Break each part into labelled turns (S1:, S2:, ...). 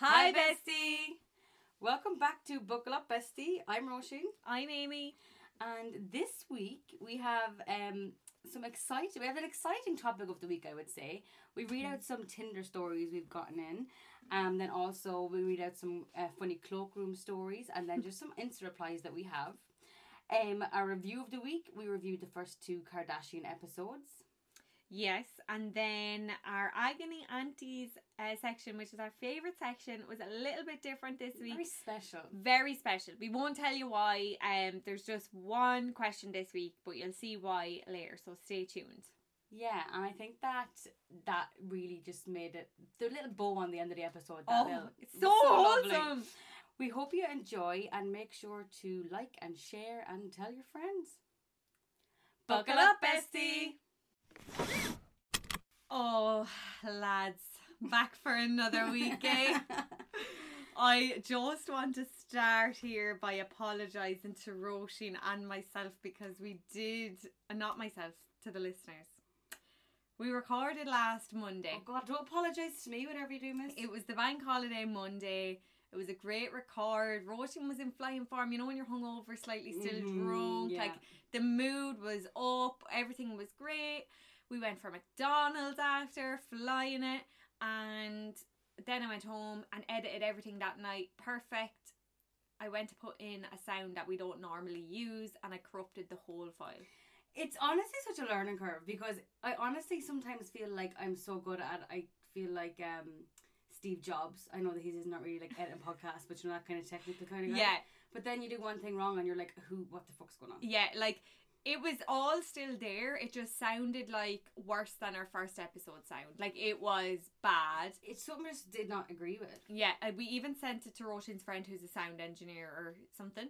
S1: Hi, bestie. Welcome back to Buckle Up, bestie. I'm Roisin,
S2: I'm Amy.
S1: and this week we have um some exciting. We have an exciting topic of the week, I would say. We read out some Tinder stories we've gotten in, and then also we read out some uh, funny cloakroom stories, and then just some Insta replies that we have. Um, our review of the week. We reviewed the first two Kardashian episodes.
S2: Yes, and then our agony aunties uh, section, which is our favorite section, was a little bit different this
S1: Very
S2: week.
S1: special.
S2: Very special. We won't tell you why. Um, there's just one question this week, but you'll see why later. So stay tuned.
S1: Yeah, and I think that that really just made it the little bow on the end of the episode.
S2: Oh,
S1: That little-
S2: it's so,
S1: lovely.
S2: wholesome.
S1: We hope you enjoy and make sure to like and share and tell your friends. Buckle up, bestie.
S2: Oh, lads, back for another week, eh? I just want to start here by apologising to Roisin and myself because we did, and not myself, to the listeners. We recorded last
S1: oh
S2: Monday.
S1: God, don't apologise to me, whatever you do, miss.
S2: It was the bank holiday Monday. It was a great record. Roisin was in flying form. You know when you're hungover, slightly still
S1: Mhm,
S2: drunk.
S1: yeah.
S2: Like the mood was up. Everything was great. We went for McDonald's after flying it, and then I went home and edited everything that night. Perfect. I went to put in a sound that we don't normally use, and I corrupted the whole file.
S1: It's honestly such a learning curve because I honestly sometimes feel like I'm so good at. I feel like um, Steve Jobs. I know that he's not really like editing podcasts, but you know that kind of technical kind of guy.
S2: Yeah,
S1: But then you do one thing wrong and you're like, who? What the fuck's going on?
S2: Yeah, like it was all still there. It just sounded like worse than our first episode sound. Like it was bad.
S1: It's something I just did not agree with.
S2: Yeah, and we even sent it to Roshan's friend who's a sound engineer or something.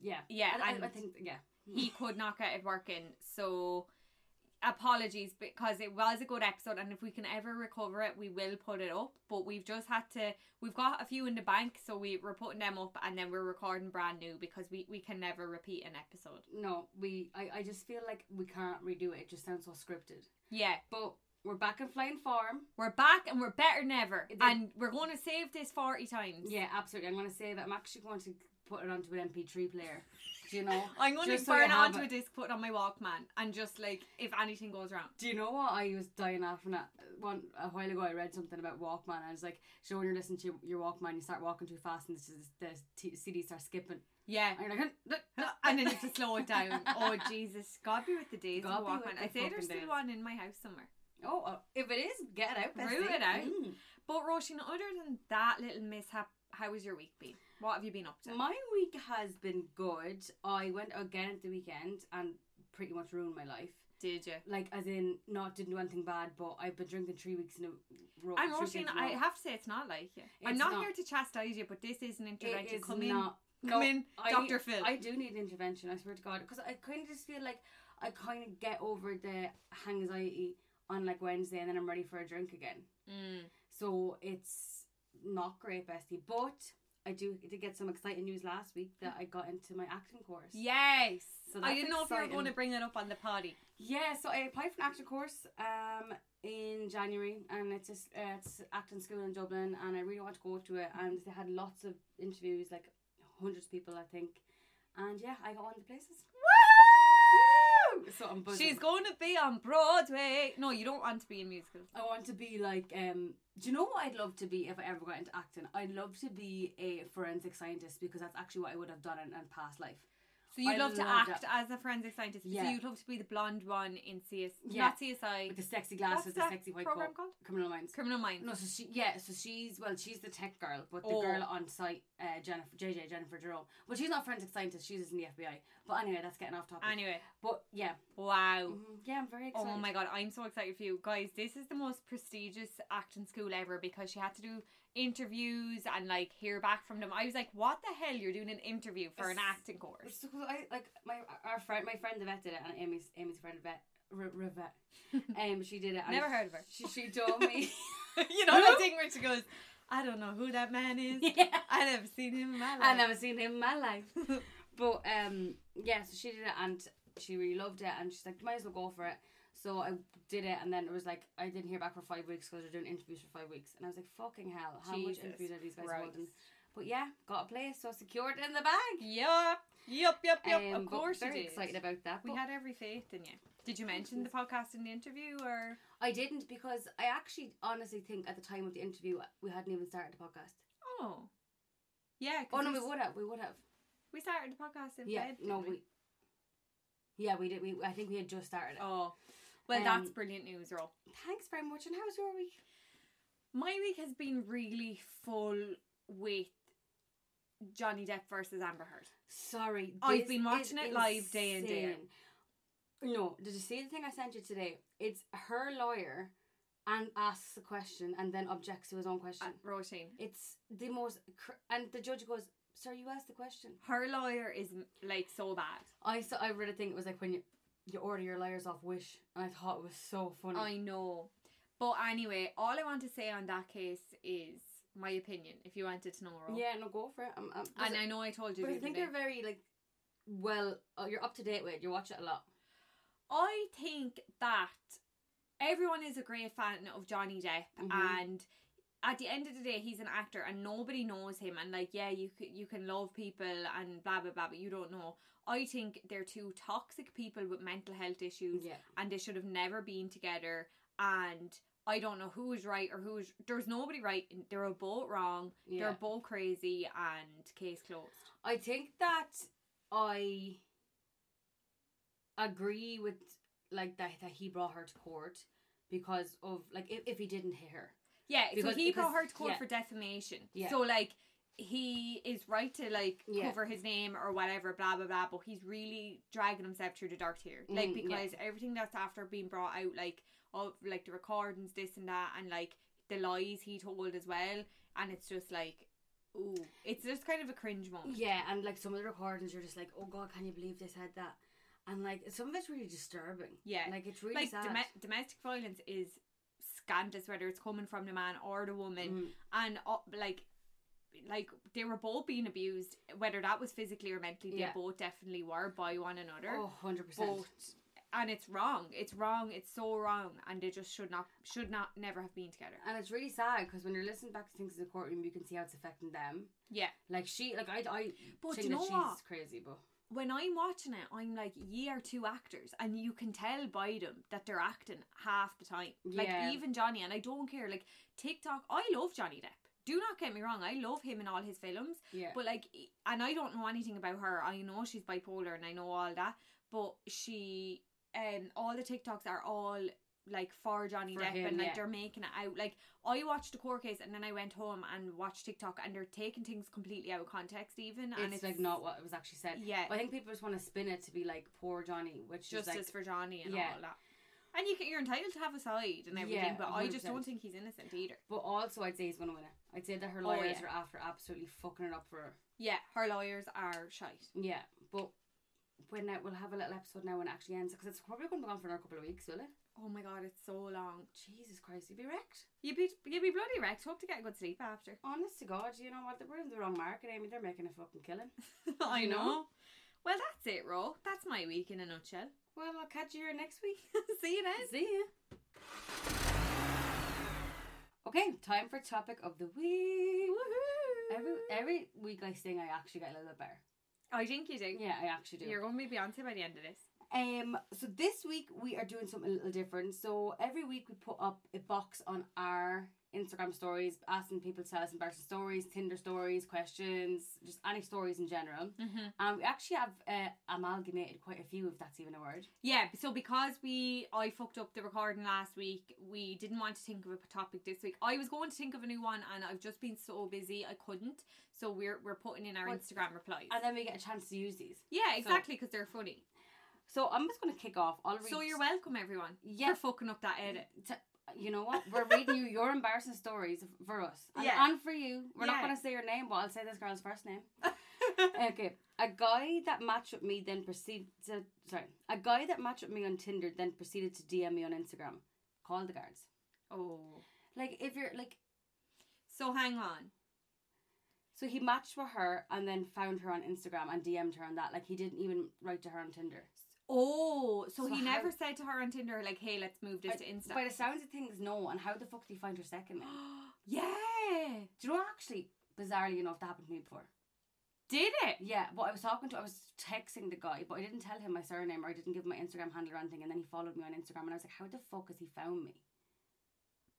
S1: Yeah.
S2: Yeah,
S1: I, I-
S2: and
S1: I think yeah.
S2: he could not get it working. So apologies because it was a good episode and if we can ever recover it we will put it up but we've just had to we've got a few in the bank so we, we're putting them up and then we're recording brand new because we, we can never repeat an episode
S1: No, we. I, I just feel like we can't redo it. It just sounds so scripted.
S2: yeah
S1: But we're back in flying form.
S2: We're back and we're better than ever.
S1: It did-
S2: And we're going to save this 40 times.
S1: Yeah, absolutely. I'm gonna save it. I'm actually going to put it onto an MP3 player. Do you know?
S2: I'm going
S1: Just
S2: to
S1: so you
S2: burn it
S1: have
S2: onto
S1: it.
S2: a disc, put it on my Walkman, and just like if anything goes wrong.
S1: Do you know what I was dying after that one a while ago? I read something about Walkman. and I was like, "So when you're listening to your, your Walkman, you start walking too fast, and the, the t- CDs start skipping."
S2: Yeah.
S1: And you're like, "Huh, huh, huh."
S2: and then you have to slow it down. Oh, Jesus. God be with the days of
S1: God be with
S2: Walkman.
S1: the
S2: I say
S1: fucking
S2: there's
S1: days.
S2: still one in my house somewhere.
S1: "Oh, uh, if it is, get it out,
S2: Rue
S1: bestie."
S2: it out.
S1: Mm.
S2: But, Roisin, other than that little mishap, how has your week been? What have you been up to?
S1: My week has been good. I went again at the weekend and pretty much ruined my life.
S2: Did you?
S1: Like, as in, not didn't do anything bad, but I've been drinking three weeks in a row.
S2: And
S1: three
S2: Roisin,
S1: days in a
S2: I
S1: row.
S2: have to say it's not like you. I'm
S1: It's
S2: not,
S1: not.
S2: here to chastise you, but this is an
S1: It
S2: intervention.
S1: is
S2: Come in,
S1: not.
S2: come
S1: no,
S2: in,
S1: I-
S2: Doctor Phil.
S1: I do need intervention. I swear to God, because I kind of just feel like I kind of get over the anxiety on like Wednesday, and then I'm ready for a drink again.
S2: Mm.
S1: So it's not great, bestie. But I do did get some exciting news last week that I got into my acting course.
S2: Yes.
S1: So
S2: I
S1: that's
S2: didn't know if you were
S1: exciting.
S2: going to bring that up on the party.
S1: Yeah, so I applied for an acting course um in January, and it's just uh, it's acting school in Dublin, and I really want to go to it. And they had lots of interviews, like hundreds of people, I think. And yeah, I got one of the places. Woo! So I'm buzzing.
S2: She's going to be on Broadway. No, you don't want to be in musicals.
S1: I want to be like um. Do you know what I'd love to be if I ever got into acting? I'd love to be a forensic scientist because that's actually what I would have done in a past life.
S2: So you'd
S1: I
S2: love to
S1: love
S2: act as a forensic scientist.
S1: Yeah.
S2: So you'd love to be the blonde one in CS,
S1: Yeah.
S2: not CSI.
S1: With the sexy
S2: What's
S1: glasses, the
S2: that
S1: sexy white
S2: program
S1: coat,
S2: called?
S1: criminal minds.
S2: Criminal Minds.
S1: No, so she yeah, so she's well, she's the tech girl, but the
S2: Oh.
S1: girl on site, uh, Jennifer JJ Jennifer Jerome. Well, she's not forensic scientist; she's in the FBI. But anyway, that's getting off topic.
S2: Anyway,
S1: but yeah,
S2: wow.
S1: Mhm. yeah, I'm very excited.
S2: Oh my god, I'm so excited for you guys. This is the most prestigious acting school ever because she had to do interviews and like hear back from them. I was like, what the hell? You're doing an interview for an
S1: It's-
S2: acting course?
S1: So, I like my our friend, my friend Yvette did it, and Amy's Amy's friend Yvette. R- Rivet. Um, she did it. and
S2: Never heard of her.
S1: She, she told me.
S2: you know that thing where she goes, I don't know who that man is.
S1: yeah.
S2: I never seen him in my life.
S1: I never seen him in my life. but um, yeah, so she did it and she really loved it, and she's like, might as well go for it. So I did it, and then it was like I didn't hear back for five weeks because they're doing interviews for five weeks, and I was like, "Fucking hell! How
S2: Jesus
S1: much interviews are these guys
S2: Christ.
S1: holding?" But yeah, got a place, so I secured it in the bag.
S2: Yup, yup, yup, yup.
S1: Um,
S2: of
S1: but
S2: course, you
S1: very
S2: did.
S1: excited about that.
S2: We
S1: but
S2: had every faith in you. Did you mention the podcast in the interview or?
S1: I didn't because I actually honestly think at the time of the interview we hadn't even started the podcast.
S2: Oh, yeah. 'cause
S1: Oh no,
S2: we,
S1: we
S2: s-
S1: would have. We would have.
S2: we started the podcast in
S1: Yeah,
S2: bed.
S1: no,
S2: didn't
S1: we. Yeah, we did. We I think we had just started. it.
S2: Oh, well, that's
S1: Um,
S2: brilliant news, Roll.
S1: Thanks very much. And how's your week?
S2: My week has been really full with Johnny Depp versus Amber Heard.
S1: Sorry,
S2: I've
S1: this
S2: been
S1: is
S2: watching it live day in, day out.
S1: insane. No, did you see the thing I sent you today? It's her lawyer, and asks a question and then objects to his own question.
S2: Uh, Roisin.
S1: it's the most, cr- and the judge goes, "Sir, you asked the question."
S2: Her lawyer is m- like so bad.
S1: I saw. I read a thing. It was like when you you order your lawyers off Wish, and I thought it was so funny.
S2: I know. But anyway, all I want to say on that case is my opinion, if you wanted to know, Roll.
S1: yeah, no, go for it. I'm, I'm,
S2: And I know I told you
S1: but
S2: the
S1: I
S2: other
S1: think
S2: day.
S1: they're very like, well, uh, you're up to date with. it, You watch it a lot.
S2: I think that everyone is a great fan of Johnny Depp,
S1: Mhm.
S2: and at the end of the day, he's an actor, and nobody knows him. And like, yeah, you c- you can love people and blah blah blah, but you don't know. I think they're two toxic people with mental health issues,
S1: Yeah,
S2: and they should have never been together. And I don't know who is right or who is. There's nobody right. and They're both wrong.
S1: yeah.
S2: They're both crazy, and case closed.
S1: I think that I agree with like that that he brought her to court because of like if, if he didn't hit her.
S2: Yeah,
S1: Because-
S2: so he brought
S1: because-
S2: her to court
S1: yeah.
S2: for defamation.
S1: Yeah.
S2: So like he is right to like
S1: Yeah.
S2: cover his name or whatever, blah blah blah. But he's really dragging himself through the dirt here, like
S1: Mm, yeah.
S2: because everything that's after being brought out, like of like the recordings, this and that, and like the lies he told as well, and it's just like, ooh, it's just kind of a cringe moment.
S1: Yeah, and like some of the recordings, you're just like, oh god, can you believe they said that? And like some of it's really disturbing.
S2: Yeah.
S1: Like it's really
S2: like
S1: sad.
S2: dome- domestic violence is scandalous, whether it's coming from the man or the woman.
S1: Mm.
S2: and uh, like like they were both being abused whether that was physically or mentally they
S1: Yeah.
S2: both definitely were by one another
S1: Oh, 100 percent.
S2: but and it's wrong it's wrong it's so wrong and they just should not should not never have been together
S1: And it's really sad because when you're listening back to things in the courtroom, you can see how it's affecting them.
S2: yeah
S1: Like she, like I, I
S2: but
S1: think
S2: you know
S1: that she's
S2: what
S1: crazy, but
S2: when i'm watching it i'm like ye are two actors and you can tell by them that they're acting half the time like
S1: Yeah.
S2: even johnny and i don't care like tiktok i love johnny depp do not get me wrong i love him in all his films
S1: yeah,
S2: But like, e- and I don't know anything about her. I know she's bipolar and I know all that, but she um all the TikToks are all like for Johnny
S1: For
S2: Depp
S1: him,
S2: and like
S1: yeah.
S2: they're making it out. Like I watched the court case and then I went home and watched TikTok and they're taking things completely out of context even and
S1: it's, like not what was actually said.
S2: yeah
S1: But I think people just want to spin it to be like poor Johnny, which
S2: justice
S1: is like
S2: for Johnny and
S1: yeah.
S2: all that. And you can, you're entitled to have a side and everything,
S1: Yeah,
S2: but I just
S1: 100%.
S2: don't think he's innocent either.
S1: But also, I'd say he's going to win it. I'd say that her
S2: Oh,
S1: lawyers
S2: yeah.
S1: are after absolutely fucking it up for her.
S2: Yeah, her lawyers are shite.
S1: Yeah, but when I, we'll have a little episode now when it actually ends because it's probably going to go on for another couple of weeks, will it?
S2: Oh my god, it's so long.
S1: Jesus Christ, you'd be wrecked.
S2: You'd be you'd be bloody wrecked. Hope to get a good sleep after.
S1: Honest to God, you know what? They're in the wrong market, Amy. They're making a fucking killing.
S2: I
S1: You know?
S2: know. Well, that's it, Ro. That's my week in a nutshell.
S1: Well, I'll catch you here next week.
S2: See you then.
S1: See ya. Okay, time for topic of the week.
S2: Woohoo!
S1: Every every week I sing, I actually get a little bit better.
S2: e, I think you do.
S1: Yeah, I actually do.
S2: You're going to be Beyonce by the end of this.
S1: Um, so this week we are doing something a little different. So every week we put up a box on our Instagram stories, asking people to tell us embarrassing stories, Tinder stories, questions, just any stories in general.
S2: Mm-hmm.
S1: And we actually have uh, amalgamated quite a few, if that's even a word.
S2: Yeah. So because we, I fucked up the recording last week. We didn't want to think of a topic this week. I was going to think of a new one, and I've just been so busy I couldn't. So we're we're putting in our
S1: Well,
S2: Instagram replies.
S1: And then we get a chance to use these.
S2: yeah, exactly, because they're funny.
S1: So I'm just going to kick off. I'll read.
S2: So you're welcome, everyone.
S1: Yeah.
S2: For fucking up that edit.
S1: T- you know what? We're reading you your embarrassing stories for us. And,
S2: Yeah.
S1: and for you. We're not
S2: Yeah.
S1: going to say your name, but I'll say this girl's first name. okay. A guy that matched with me then proceeded to, sorry. A guy that matched with me on Tinder then proceeded to DM me on Instagram. Call the guards.
S2: oh.
S1: Like if you're like
S2: So hang on.
S1: so he matched with her and then found her on Instagram and DM'd her on that. Like he didn't even write to her on Tinder.
S2: Oh, so,
S1: So
S2: he
S1: how-
S2: never said to her on Tinder like, "Hey, let's move this
S1: I-
S2: to Insta."
S1: By the sounds of things, no. And how the fuck did he find her second name?
S2: yeah,
S1: Do you know actually, bizarrely enough, that happened to me before.
S2: did it?
S1: Yeah, but I was talking to, I was texting the guy, but I didn't tell him my surname or I didn't give him my Instagram handle or anything. And then he followed me on Instagram, and I was like, how the fuck has he found me?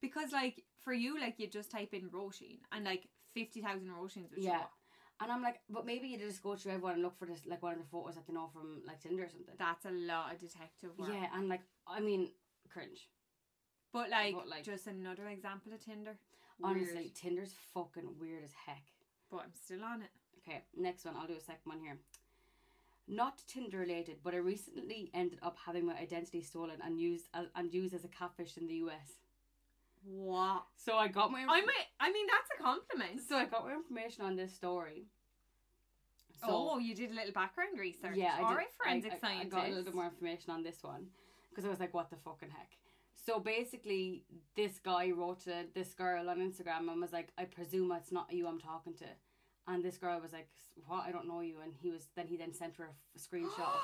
S2: Because like for you, like you just type in Roisin and like fifty thousand Roisin's would
S1: Yeah.
S2: show up.
S1: And I'm like, but maybe you just go through everyone and look for this, like one of the photos that they know from like Tinder or something.
S2: That's a lot of detective work.
S1: Yeah, and like, I mean, cringe.
S2: But like,
S1: But, like-
S2: just another example of Tinder.
S1: Honestly,
S2: Weird.
S1: Tinder's fucking weird as heck.
S2: but I'm still on it.
S1: Okay, next one. I'll do a second one here. Not Tinder related, but I recently ended up having my identity stolen and used as, and used as a catfish in the US.
S2: What?
S1: So I got my
S2: I might. I mean, that's a compliment.
S1: so I got my information on this story.
S2: oh, you did a little background research.
S1: Yeah, I
S2: All
S1: did-
S2: right, forensic
S1: I, I,
S2: scientist.
S1: I got a little bit more information on this one because I was like, what the fucking heck? So basically, this guy wrote to this girl on Instagram and was like, I presume it's not you I'm talking to. And this girl was like, "S- "What? I don't know you." And he was then he then sent her a f- screenshot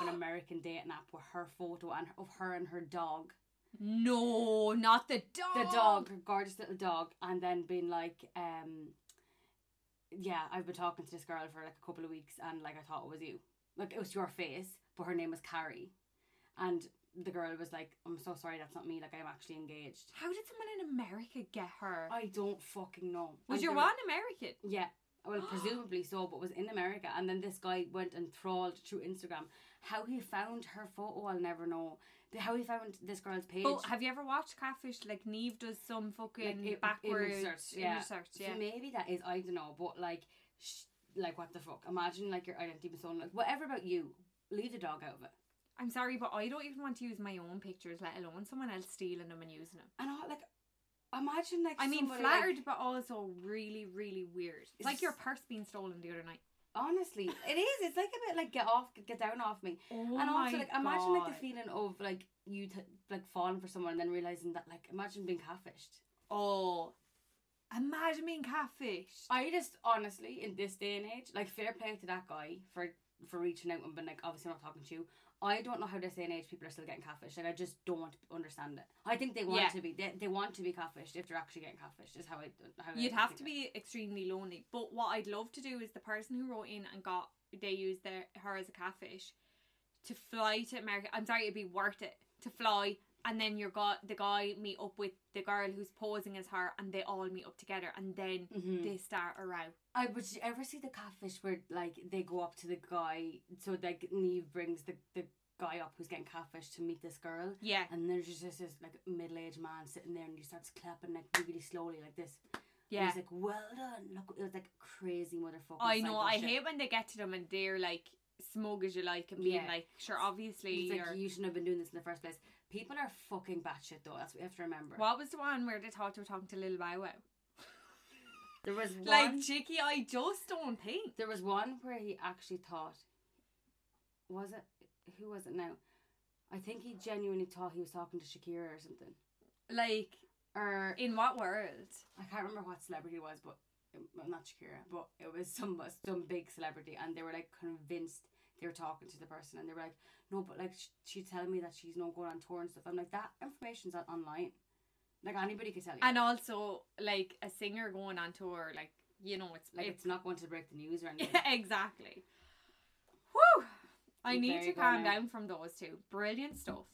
S1: of an American dating app with her photo and of her and her dog,
S2: No, not the
S1: the
S2: dog.
S1: dog, her gorgeous little dog, and then been like, um, "Yeah, I've been talking to this girl for like a couple of weeks, and like I thought it was you, like it was your face, but her name was Carrie," and the girl was like, "I'm so sorry, that's not me. Like I'm actually engaged.
S2: How did someone in America get her?
S1: I don't fucking know."
S2: was
S1: And
S2: your
S1: they were-
S2: one American?
S1: Yeah. Well, presumably so, but was in America, and then this guy went and trawled through Instagram. How he found her photo, I'll never know. The- How he found this girl's page.
S2: Oh, have you ever watched Catfish? Like Neve does some fucking
S1: it- it
S2: backwards
S1: research, yeah.
S2: research,
S1: So
S2: yeah.
S1: maybe that is I don't know, but like, sh- like what the fuck? Imagine like your identity being stolen. Like whatever about you, leave the dog out of it.
S2: I'm sorry, but I don't even want to use my own pictures, let alone someone else stealing them and using them.
S1: And I, like, imagine like
S2: I mean,
S1: somebody,
S2: flattered,
S1: like-
S2: but also really, really weird. It's
S1: It's
S2: like your
S1: just-
S2: purse being stolen the other night.
S1: honestly, it is. It's like a bit like get off, get down off me.
S2: Oh
S1: and also like imagine like the
S2: feet.
S1: feeling of like you t- like falling for someone and then realizing that like imagine being catfished.
S2: Oh, imagine being catfished.
S1: I just honestly, in this day and age, like fair play to that guy for for reaching out and being like, obviously I'm not talking to you. I don't know how this day and age people are still getting catfished. Like I just don't understand it. I think they want
S2: Yeah.
S1: to be they, they want to be catfished if they're actually getting catfished. Is how I how I
S2: You'd have
S1: think
S2: to
S1: of it.
S2: be extremely lonely. But what I'd love to do is the person who wrote in and got they used their her as a catfish to fly to America. I'm sorry, it'd be worth it to fly. And then you got the guy meet up with the girl who's posing as her, and they all meet up together, and then
S1: Mhm.
S2: they start a row.
S1: I would you ever see the catfish where like they go up to the guy so like Neve brings the the guy up who's getting catfished to meet this girl.
S2: Yeah,
S1: And there's just this, this like middle aged man sitting there and he starts clapping like really slowly like this. And
S2: yeah.
S1: He's like, well done. Look, it was like crazy motherfucker.
S2: I know. I hate when they get to them and they're like smug as you like and being
S1: Yeah.
S2: like, sure, obviously
S1: It's
S2: you're.
S1: like, you shouldn't have been doing this in the first place. People are fucking batshit though. That's what you have to remember.
S2: what was the one where they thought they were talking to Lil Bow Wow?
S1: There was one.
S2: Like, Chicky, I just don't think.
S1: there was one where he actually thought, was it who was it now? I think he genuinely thought he was talking to Shakira or something.
S2: Like,
S1: Or
S2: in what world?
S1: I can't remember what celebrity it was, but it- well, not Shakira, but it was some some big celebrity, and they were like convinced they were talking to the person, and they were like, no, but like sh- she's telling me that she's not going on tour and stuff. I'm like, that information's on- online. Like anybody could tell you.
S2: And also, like, a singer going on tour, like, you know, it's
S1: Like it's not going to break the news or anything.
S2: it's exactly. Whew! I
S1: There
S2: need
S1: you
S2: to
S1: go
S2: calm
S1: now.
S2: down from those two. Brilliant stuff.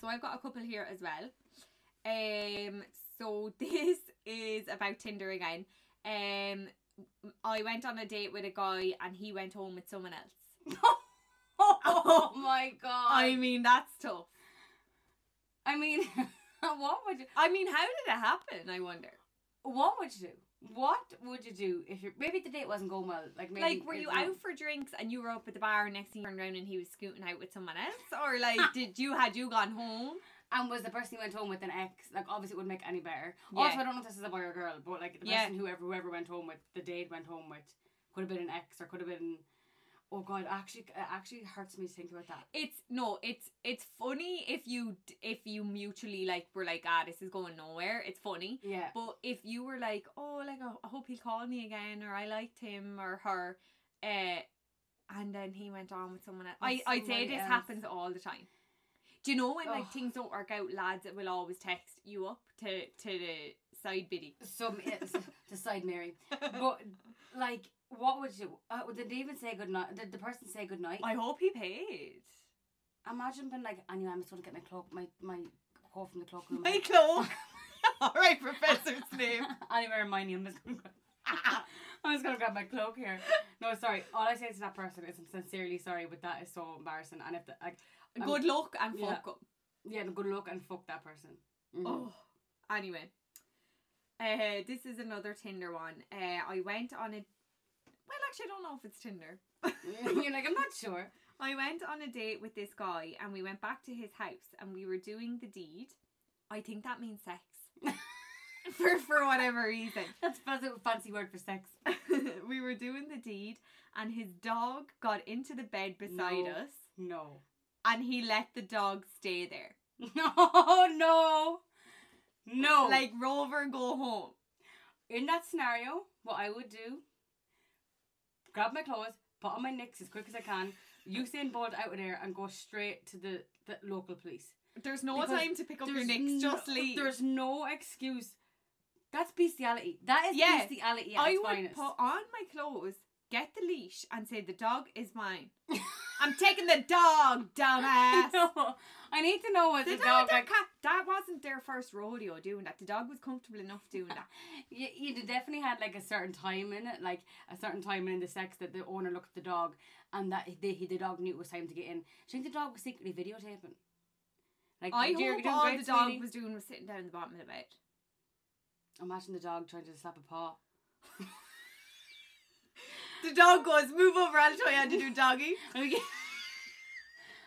S2: So I've got a couple here as well. Um, so this is about Tinder again. Um, I went on a date with a guy and he went home with someone else.
S1: oh my god!
S2: I
S1: i
S2: mean, that's tough.
S1: mean, what would you?
S2: I mean, how did it happen? I wonder.
S1: What would you do? What would you do if you? Maybe the date wasn't going well. Like maybe.
S2: Like, were
S1: it's
S2: you
S1: not-
S2: out for drinks and you were up at the bar and next thing you turned around and he was scooting out with someone else? Or, like, did you, had you gone home?
S1: And was the person you went home with an ex? Like obviously it wouldn't make any better.
S2: Yeah.
S1: Also, I don't know if this is a boy or girl, but like the
S2: Yeah.
S1: person whoever whoever went home with the date went home with could have been an ex or could have been. Oh god, actually, it actually hurts me to think about that.
S2: It's no, it's it's funny if you d- if you mutually like were like ah this is going nowhere. It's funny,
S1: Yeah.
S2: but if you were like oh like I I hope he'll call me again or I liked him or her, uh, and then he went on with someone else.
S1: With
S2: I, I'd say
S1: somebody
S2: this
S1: else.
S2: happens all the time. Do you know when
S1: Ugh.
S2: like things don't work out, lads that will always text you up to to the side biddy.
S1: Some eh, to side Mary, but like, what would you? Uh, did they even say good night? Did the person say good night?
S2: I hope he paid.
S1: Imagine being like, I knew I'm just gonna get my cloak, my my call from the cloakroom.
S2: Hey, Chloe. all right, Professor Snape.
S1: Anywhere in my name, I'm just gonna. Go- I'm just gonna grab my cloak here. No, sorry. All I say to that person is, I'm sincerely sorry, but that is so embarrassing. And if the, like, Um,
S2: Good luck and
S1: yeah.
S2: fuck up.
S1: yeah, good luck and fuck that person. Mhm.
S2: Oh, anyway. Uh, this is another Tinder one. Uh, I went on a. Well, actually, I don't know if it's Tinder.
S1: You're like, I'm not sure.
S2: I went on a date with this guy and we went back to his house and we were doing the deed. I think that means sex. for for whatever reason.
S1: That's a fancy word for sex.
S2: we were doing the deed and his dog got into the bed beside
S1: No.
S2: us
S1: No.
S2: and he let the dog stay there.
S1: No, no, no.
S2: Like
S1: Like
S2: Rover go home.
S1: in that scenario, what I would do: grab my clothes, put on my nicks as quick as I can, Usain Bolt out of there, and go straight to the, the local police.
S2: There's no
S1: Because
S2: time to pick up your
S1: There's
S2: nicks,
S1: no-
S2: just leave.
S1: There's no excuse. That's bestiality. That is
S2: Yes,
S1: bestiality. At
S2: I
S1: its
S2: would
S1: finest.
S2: put on my clothes, get the leash, and say the dog is mine. I'm taking the dog, dumbass.
S1: No, I need to know what
S2: The
S1: the,
S2: dog,
S1: dog.
S2: that,
S1: like,
S2: cat, that wasn't their first rodeo doing that. The dog was comfortable enough doing that.
S1: you, you definitely had like a certain time in it, like a certain time in the sex that the owner looked at the dog and that the, the dog knew it was time to get in. Do you think the dog was secretly videotaping? Like,
S2: I
S1: "You're
S2: hope
S1: doing
S2: all
S1: great,
S2: the dog
S1: sweetie."
S2: was doing was sitting down at the bottom of the bed.
S1: Imagine the dog trying to slap a paw.
S2: The dog goes, move over, I'll show you how to do doggy.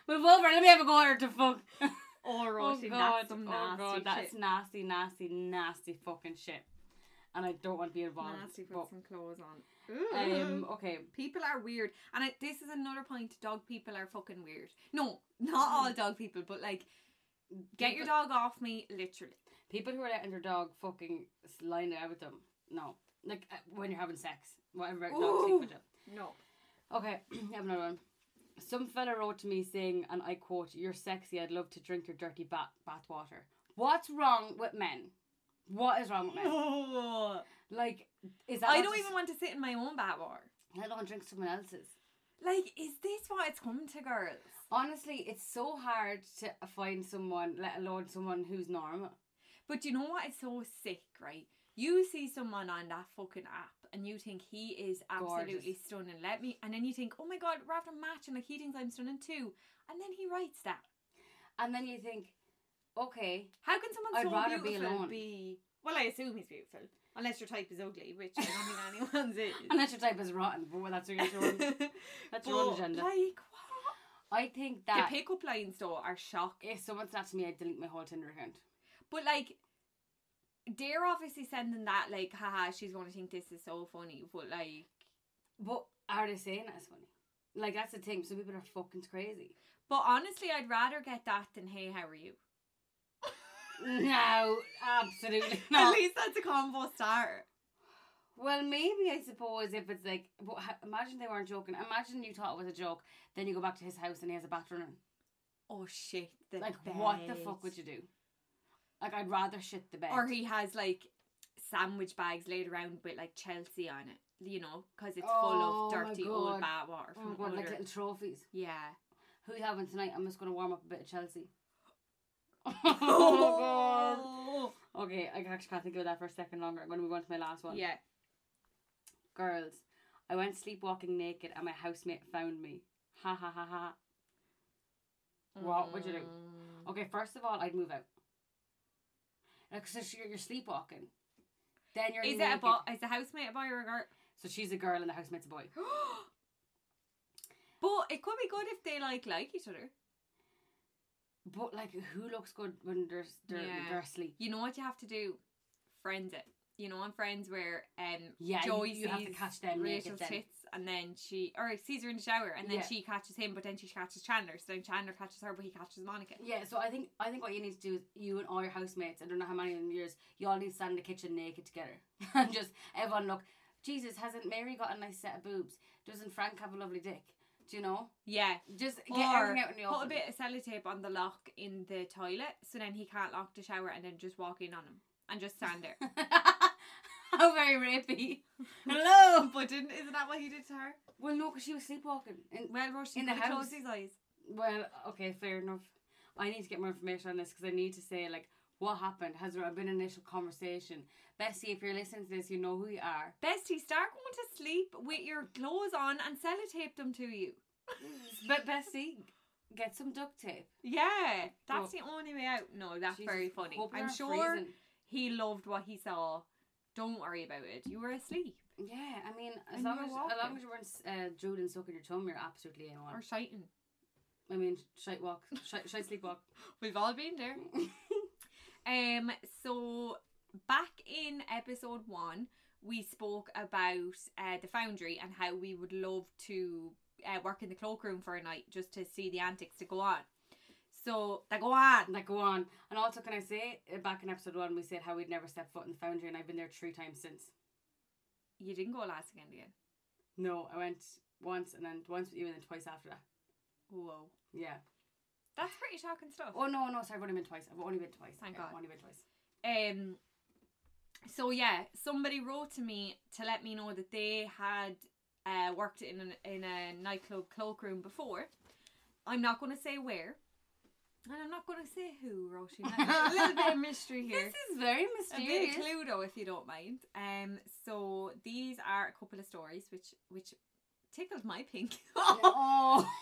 S1: Move over, let me have a go at her to fuck.
S2: Or
S1: oh
S2: rotting,
S1: god,
S2: that's some
S1: oh
S2: nasty
S1: god, that's
S2: shit.
S1: nasty, nasty, nasty fucking shit. And I don't want to be involved.
S2: Nasty put
S1: but,
S2: some clothes on.
S1: um, okay,
S2: people are weird. And I, this is another point, dog people are fucking weird. No, not all dog people, but like, get your
S1: people-
S2: dog off me, literally.
S1: People who are letting their dog fucking s- line out with them. No. Like uh, when you're having sex. Whatever dog sleep
S2: Ooh.
S1: with them.
S2: No.
S1: Okay, I have another one. Some fella wrote to me saying, and I quote, You're sexy, I'd love to drink your dirty bat bath water. What's wrong with men? What is wrong with men?
S2: No.
S1: Like, is that
S2: I
S1: not
S2: don't
S1: just-
S2: even want to sit in my own bat war.
S1: let alone drink someone else's.
S2: Like, is this why it's coming to girls?
S1: Honestly, it's so hard to find someone, let alone someone who's normal.
S2: But you know what? It's so sick, right? You see someone on that fucking app and you think he is absolutely
S1: Gorgeous.
S2: stunning. Let me, and then you think, oh my god, we're after match, and like he thinks I'm stunning too, and then he writes that.
S1: And then you think, okay,
S2: How can someone
S1: I'd
S2: so
S1: rather be
S2: beautiful
S1: alone.
S2: be- Well, I assume he's beautiful, unless your type is ugly, which I don't think anyone's is.
S1: unless your type is rotten, but well, that's your, your own, that's your own
S2: but,
S1: agenda.
S2: like, what?
S1: I think
S2: The
S1: that
S2: pickup lines though are shocking.
S1: if someone snaps me, I delete my whole Tinder account.
S2: But like, they're obviously sending that like, haha, she's gonna think this is so funny. But like,
S1: But are they saying that's funny? Like that's the thing. Some people are fucking crazy.
S2: But honestly, I'd rather get that than hey, how are you?
S1: No, absolutely not.
S2: least that's a combo star.
S1: well, maybe I suppose if it's like, but ha- imagine they weren't joking. Imagine you thought it was a joke. Then you go back to his house and he has a bat running.
S2: Oh shit! The
S1: Like, what the fuck would you do? Like, I'd rather shit the bed.
S2: Or he has like sandwich bags laid around with like Chelsea on it, you know, because it's
S1: Oh,
S2: full of
S1: my
S2: dirty old
S1: God.
S2: bad water
S1: oh my
S2: from
S1: god,
S2: other.
S1: like little trophies.
S2: yeah.
S1: Who you having tonight? I'm just gonna warm up a bit of Chelsea. Oh, Okay, I actually can't think of that for a second longer. I'm gonna move on to my last one.
S2: Yeah.
S1: Girls, I went sleepwalking naked and my housemate found me. Ha ha ha ha. What would you do?
S2: Mm.
S1: Okay, first of all, I'd move out. Like, so she- you're sleepwalking. Then you're
S2: Is
S1: naked.
S2: it a bo- Is the housemate a boy or a girl?
S1: So she's a girl and the housemate's a boy.
S2: but it could be good if they like like each other.
S1: But like, who looks good when they're they're,
S2: Yeah.
S1: they're asleep?
S2: You know what you have to do? Friends it. You know, on Friends where um
S1: Yeah, you-
S2: Joey
S1: you, have to
S2: sees
S1: catch them
S2: Rachel
S1: naked. Then.
S2: tits and then she or sees her in the shower and then
S1: Yeah.
S2: she catches him but then she catches Chandler so then Chandler catches her but he catches Monica.
S1: Yeah, so I think I think what you need to do is you and all your housemates. I don't know how many of them yours. You all need to stand in the kitchen naked together and just everyone look. Jesus, hasn't Mary got a nice set of boobs? Doesn't Frank have a lovely dick? Do you know?
S2: Yeah.
S1: Just get
S2: Or
S1: everything out in the
S2: Put
S1: open.
S2: a bit of sellotape on the lock in the toilet so then he can't lock the shower and then just walk in on him and just stand there.
S1: How very rapey. Hello.
S2: Oh, but didn't isn't that what he did to her?
S1: Well, no, because she was sleepwalking. And
S2: Well, Roisin
S1: In the
S2: could have
S1: house.
S2: closed his eyes.
S1: well, okay, fair enough. I need to get more information on this because I need to say like what happened. Has there been an initial conversation? Bessie, if you're listening to this, you know who you are.
S2: Bestie, start going to sleep with your clothes on and sellotape them to you.
S1: But Bessie, get some duct tape.
S2: Yeah,
S1: Well-
S2: that's the only way out. No, that's
S1: Jesus,
S2: very funny.
S1: hope you're
S2: I'm
S1: not
S2: sure
S1: freezing.
S2: he loved what he saw. Don't worry about it. You were asleep
S1: Yeah, I mean, as
S2: And
S1: long
S2: you were
S1: as, as long
S2: walking.
S1: as you weren't uh, drooling, sucking your thumb, you're absolutely in one.
S2: or shiting.
S1: I mean, shite walk, shite, shite sleepwalk.
S2: We've all been there. Um, so back in episode one, we spoke about uh, the foundry and how we would love to uh, work in the cloakroom for a night just to see the antics to go on. So they go on.
S1: like go on. And also, can I say, uh, back in episode one, we said how we'd never step foot in the foundry, and I've been there three times since.
S2: You didn't go last again, did you?
S1: No, I went once, and then once with you, and then twice after that.
S2: Whoa,
S1: Yeah.
S2: that's pretty shocking stuff.
S1: Oh no, no, sorry, I've only been twice. I've only been twice.
S2: Thank
S1: I've
S2: God.
S1: Only been twice.
S2: Um. So yeah, somebody wrote to me to let me know that they had uh, worked in an, in a nightclub cloakroom before. I'm not going to say where, and I'm not going to say who wrote you. that. a little bit of mystery here.
S1: This is very
S2: A bit of
S1: mysterious.
S2: Cluedo, if you don't mind. Um. So these are a couple of stories which which tickled my pink.
S1: oh.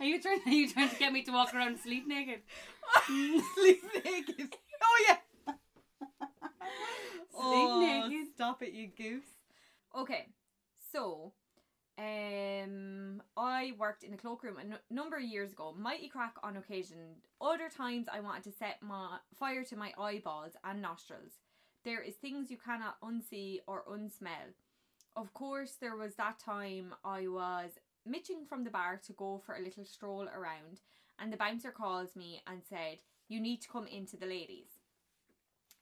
S1: Are you trying? Are you trying to get me to walk around and sleep naked?
S2: Sleep naked. Oh yeah.
S1: Oh,
S2: Stop it, you goose. Okay, so um, I worked in a cloakroom a n- number of years ago. Mighty crack on occasion. Other times, I wanted to set my fire to my eyeballs and nostrils. There is things you cannot unsee or unsmell. Of course, there was that time I was mitching from the bar to go for a little stroll around, and the bouncer calls me and said, "You need to come into the ladies."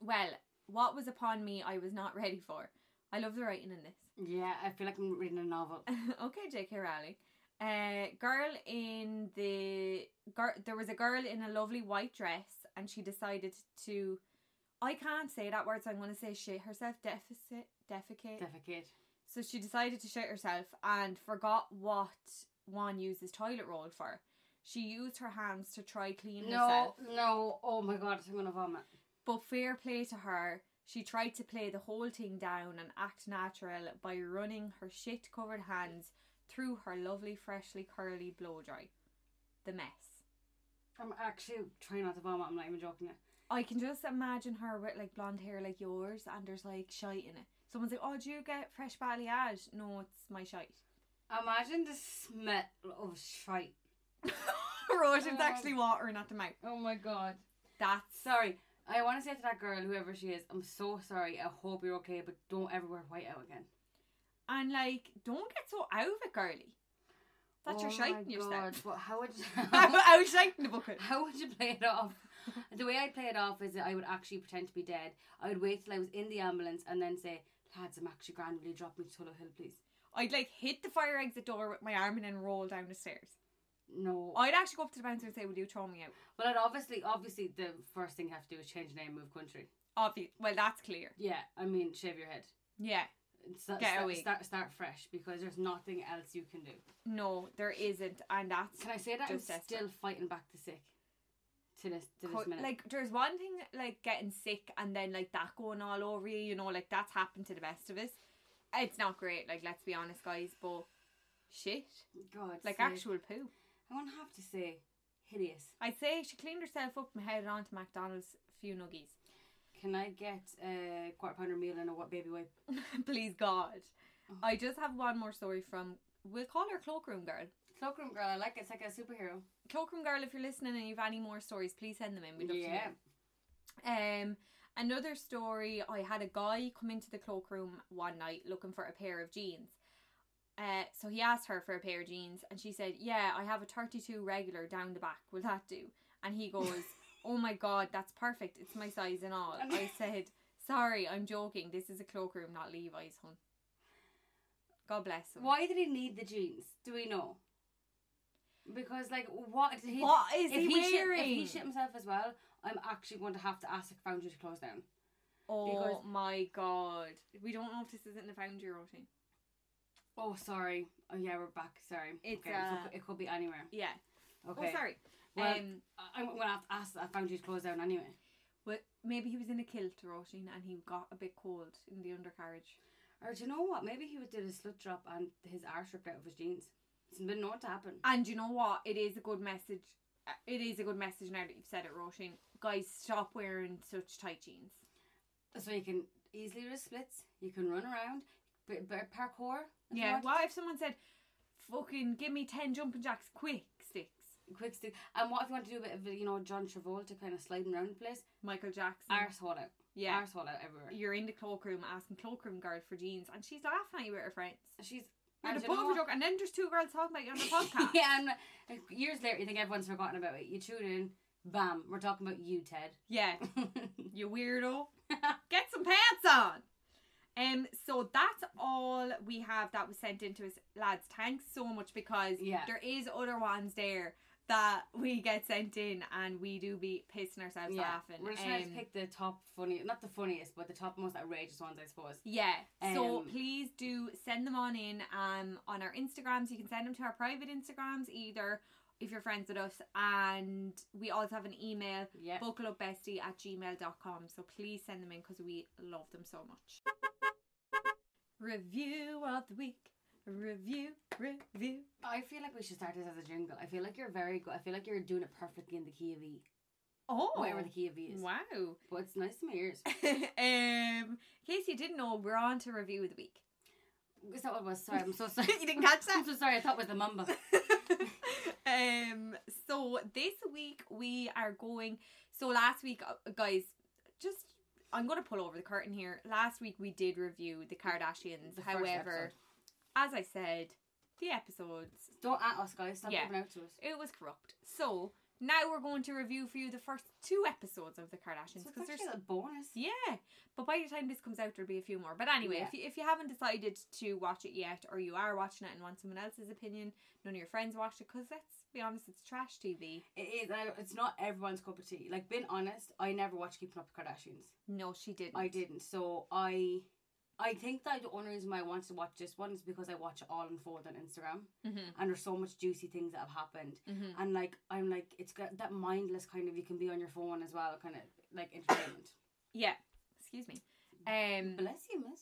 S2: Well, what was upon me I was not ready for. I love the writing in this.
S1: Yeah, I feel like I'm reading a novel.
S2: okay, J.K. Rowling. Uh, girl in the girl. There was a girl in a lovely white dress, and she decided to. I can't say that word, so I'm going to say shit herself. Deficit, defecate.
S1: Defecate.
S2: So she decided to shit herself and forgot what one uses toilet roll for. She used her hands to try clean herself.
S1: No, no. Oh my god, I'm gonna vomit.
S2: But fair play to her, she tried to play the whole thing down and act natural by running her shit covered hands through her lovely, freshly curly blow dry. The mess.
S1: I'm actually trying not to vomit. I'm not even joking.
S2: I can just imagine her with like blonde hair like yours and there's like shite in it. Someone's like, Oh, do you get fresh balayage? No, it's my shite.
S1: Imagine the smell of shite.
S2: Roisin's
S1: Oh.
S2: actually watering at the mouth.
S1: Oh my god.
S2: That's
S1: Sorry. I want to say to that girl, whoever she is, I'm so sorry. I hope you're okay, but don't ever wear white out again.
S2: and like, don't get so out of it, girly. That's your
S1: Oh
S2: shite
S1: my
S2: in yourself.
S1: God, But how would
S2: I
S1: you,
S2: was shaking the bucket.
S1: how would you play it off? The way I'd play it off is that I would actually pretend to be dead. I would wait till I was in the ambulance and then say, "Lads, I'm actually grand. Will you drop me to Tullow Hill, please?"
S2: I'd like hit the fire exit door with my arm and then roll down the stairs.
S1: No.
S2: I'd actually go up to the bouncer and say, "Will you throw me out?"
S1: Well, I'd obviously, obviously, the first thing you have to do is change name, move country.
S2: Obvious. Well, that's clear.
S1: Yeah, I mean, shave your head.
S2: Yeah.
S1: Start,
S2: Get a
S1: start,
S2: wig.
S1: start, start fresh because there's nothing else you can do.
S2: No, there isn't, and that's
S1: Can I say that I'm
S2: Just desperate.
S1: still fighting back the sick to this to
S2: co-
S1: this minute?
S2: like there's one thing like getting sick and then like that going all over you. You know, like that's happened to the best of us. It's not great. Like let's be honest, guys. But shit,
S1: God,
S2: like
S1: sake.
S2: actual poo.
S1: I won't have to say hideous.
S2: I'd say she cleaned herself up and headed on to McDonald's. Few nuggies.
S1: Can I get a quarter pounder meal and a what baby wipe?
S2: Please God.
S1: Oh.
S2: I just have one more story from. We'll call her cloakroom girl.
S1: Cloakroom girl, I like it. It's like a superhero.
S2: Cloakroom Girl, if you're listening and you've any more stories, please send them in. We'd love
S1: Yeah.
S2: to hear. Um, another story I had a guy come into the cloakroom one night looking for a pair of jeans. Uh, so he asked her for a pair of jeans, and she said, Yeah, I have a 32 regular down the back. Will that do? And he goes, Oh my god, that's perfect. It's my size and all. I said, Sorry, I'm joking. This is a cloakroom, not Levi's, hun. God bless him.
S1: Why did he need the jeans? Do we know? Because like, what did he?
S2: what is
S1: if he,
S2: he, wearing?
S1: Shit, if he shit himself as well, I'm actually going to have to ask the foundry to close down.
S2: oh
S1: because-
S2: my god. We don't know if this isn't the foundry routine.
S1: Oh, sorry. Oh yeah, we're back. Sorry.
S2: It's,
S1: okay, so
S2: uh,
S1: it could- it could be anywhere.
S2: Yeah.
S1: Okay.
S2: Oh, sorry.
S1: Well,
S2: um,
S1: I- I'm gonna have to ask that foundry to close down anyway.
S2: well, maybe he was in a kilt routine and he got a bit cold in the undercarriage.
S1: Or do you know what? Maybe he would do a slut drop and his arse ripped out of his jeans. It's been known to happen.
S2: And you know what? It is a good message. uh, It is a good message now that you've said it, Roisin. Guys, stop wearing such tight jeans.
S1: So you can easily do splits. You can run around, b- b- parkour. if you
S2: Yeah.
S1: want.
S2: What if someone said, "Fucking give me ten jumping jacks, quick sticks"?
S1: Quick stick. And what if you want to do a bit of you know John Travolta kind of sliding around the place?
S2: Michael
S1: Mm.
S2: Jackson.
S1: Arsehole out.
S2: yeah.
S1: Arsehole out everywhere.
S2: You're in the cloakroom asking cloakroom girl for jeans, and she's laughing at you with her friends.
S1: She's
S2: You're
S1: and
S2: the
S1: you know
S2: both
S1: what?
S2: joke, and then there's two girls talking about you on the podcast.
S1: yeah, and like, years later, you think everyone's forgotten about it. You tune in, bam, we're talking about you, Ted.
S2: yeah. you weirdo. Get some pants on. Um, so that's all we have that was sent into us, lads. Thanks so much because
S1: Yeah.
S2: there is other ones there that we get sent in and we do be pissing ourselves
S1: yeah,
S2: laughing.
S1: we're just trying
S2: Um,
S1: to pick the top funny, not the funniest, but the top most outrageous ones, I suppose.
S2: Yeah. so
S1: Um,
S2: please do send them on in um on our Instagrams. You can send them to our private Instagrams either if you're friends with us. And we also have an email,
S1: Yeah.
S2: buckleupbestie at gmail.com. So please send them in because we love them so much. Review of the week. Review, review.
S1: I feel like we should start this as a jingle. I feel like you're very good. I feel like you're doing it perfectly in the key of E,
S2: Oh,
S1: whatever the key of E is.
S2: wow.
S1: But it's nice to my ears.
S2: um, in case you didn't know, we're on to review of the week.
S1: Is that what it was? Sorry, I'm so sorry.
S2: You didn't catch that?
S1: I'm so sorry. I thought it was the mamba.
S2: um so this week we are going so last week uh, guys just i'm gonna pull over the curtain here last week we did review the kardashians
S1: The first
S2: however
S1: episode.
S2: as i said the episodes
S1: don't at us, guys. Stop
S2: Yeah.
S1: giving out to us.
S2: it was corrupt so now we're going to review for you the first two episodes of the kardashians
S1: So
S2: because
S1: it's
S2: there's
S1: actually a bonus.
S2: yeah, but by the time this comes out, there'll be a few more. But anyway,
S1: Yeah.
S2: if you, if you haven't decided to watch it yet, or you are watching it and want someone else's opinion, none of your friends watched it, because let's be honest, it's trash TV.
S1: It is. I- It's not everyone's cup of tea. Like, being honest, I never watched Keeping Up with the Kardashians.
S2: No, she didn't.
S1: I didn't. So I, I think that the only reason why I wanted to watch this one is because I watch it all unfold on Instagram,
S2: Mm-hmm.
S1: and there's so much juicy things that have happened.
S2: Mm-hmm.
S1: And like, I'm like, it's got that mindless kind of you can be on your phone as well, kind of like entertainment.
S2: Yeah. Excuse me. Um,
S1: Bless you, miss.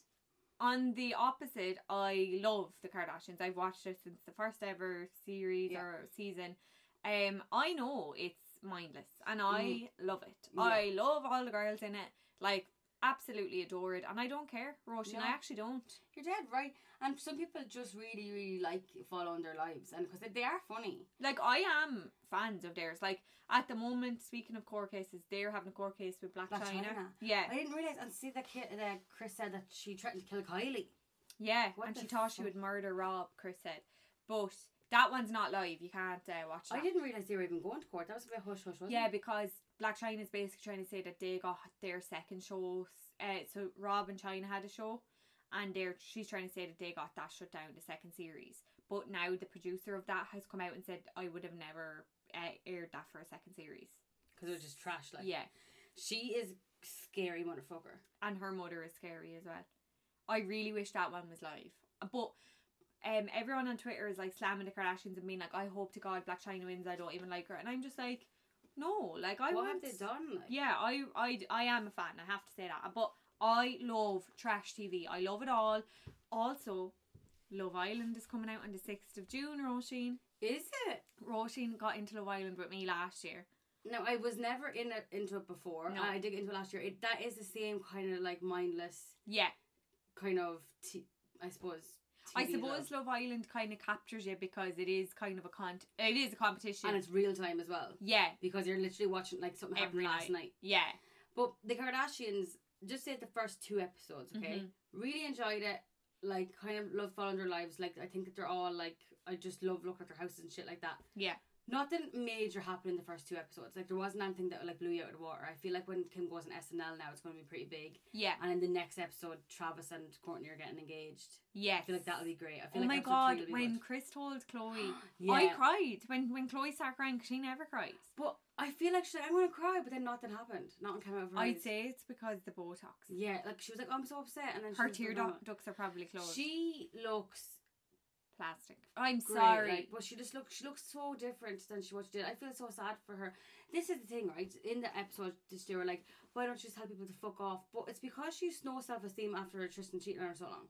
S2: on the opposite, I love the Kardashians. I've watched it since the first ever series
S1: Yeah.
S2: or season. Um, I know it's mindless, and I
S1: Mhm.
S2: love it.
S1: Yeah.
S2: I love all the girls in it. Like. Absolutely adore it, and I don't care, Roisin.
S1: No.
S2: I actually don't.
S1: You're dead right. And some people just really, really like following their lives, and because they are funny.
S2: Like I am fans of theirs. Like at the moment, speaking of court cases, they're having a court case with Black,
S1: Blac
S2: China.
S1: Chyna.
S2: Yeah,
S1: I didn't realize. And see that kid, that Chris said that she threatened to kill Kylie.
S2: yeah.
S1: What
S2: and
S1: the
S2: she thought she
S1: fuck?
S2: would murder Rob. Chris said, but that one's not live. You can't uh, watch that.
S1: I didn't realize they were even going to court. That was a bit hush hush, wasn't
S2: Yeah,
S1: it?
S2: because Black China's basically trying to say that they got their second show. Uh, so Rob and China had a show, and they're she's trying to say that they got that shut down the second series. But now the producer of that has come out and said I would have never uh, aired that for a second series.
S1: because it was just trash. Like,
S2: yeah.
S1: she is scary motherfucker.
S2: and her mother is scary as well. I really wish that one was live, Uh, but um, everyone on Twitter is like slamming the Kardashians and being like, "I hope to God Black China wins. I don't even like her," and I'm just like, "No, like I
S1: what
S2: want."
S1: have they done? Like,
S2: Yeah, I, I, I am a fan. I have to say that, but I love trash TV. I love it all. Also, Love Island is coming out on the sixth of June. Roisin,
S1: Is it?
S2: Roisin got into Love Island with me last year.
S1: No, I was never in it, into it before.
S2: No.
S1: I did get into it last year. It, that is the same kind of like mindless
S2: Yeah,
S1: kind of, t- I suppose.
S2: I
S1: TV
S2: suppose
S1: love.
S2: Love Island kind of captures you because it is kind of a con. It is a competition.
S1: and it's real time as well
S2: yeah,
S1: because you're literally watching like something happened
S2: Every
S1: last night.
S2: yeah,
S1: But the Kardashians, just say the first two episodes, okay?
S2: Mm-hmm.
S1: Really enjoyed it. Like, kind of love following their lives. Like, I think that they're all like, I just love looking at their houses and shit like that.
S2: yeah.
S1: nothing major happened in the first two episodes. Like there wasn't anything that like blew you out of the water. I feel like when Kim goes on SNL now, it's going to be pretty big.
S2: Yeah.
S1: And in the next episode, Travis and Courtney are getting engaged.
S2: Yes.
S1: I feel like that'll be great. I
S2: Oh
S1: feel like
S2: my
S1: episode
S2: god,
S1: three will be
S2: when
S1: good.
S2: Chris told Chloe,
S1: yeah.
S2: I cried. When when Chloe sat crying, 'cause she never cries.
S1: but I feel like she's like I'm gonna cry, but then nothing happened. Nothing came out of her.
S2: I'd
S1: eyes.
S2: say it's because the Botox.
S1: Yeah, like she was like, "Oh, I'm so upset, and then she
S2: Her
S1: was
S2: tear
S1: like, "Oh,
S2: duct- ducts are probably
S1: no."
S2: closed.
S1: She looks
S2: Plastic. I'm
S1: great,
S2: sorry.
S1: like, but she just looks she looks so different than she what she did. I feel so sad for her. This is the thing, right? In the episode, just they were like, why don't you just tell people to fuck off? But it's because she's no self esteem after Tristan cheating on her so long.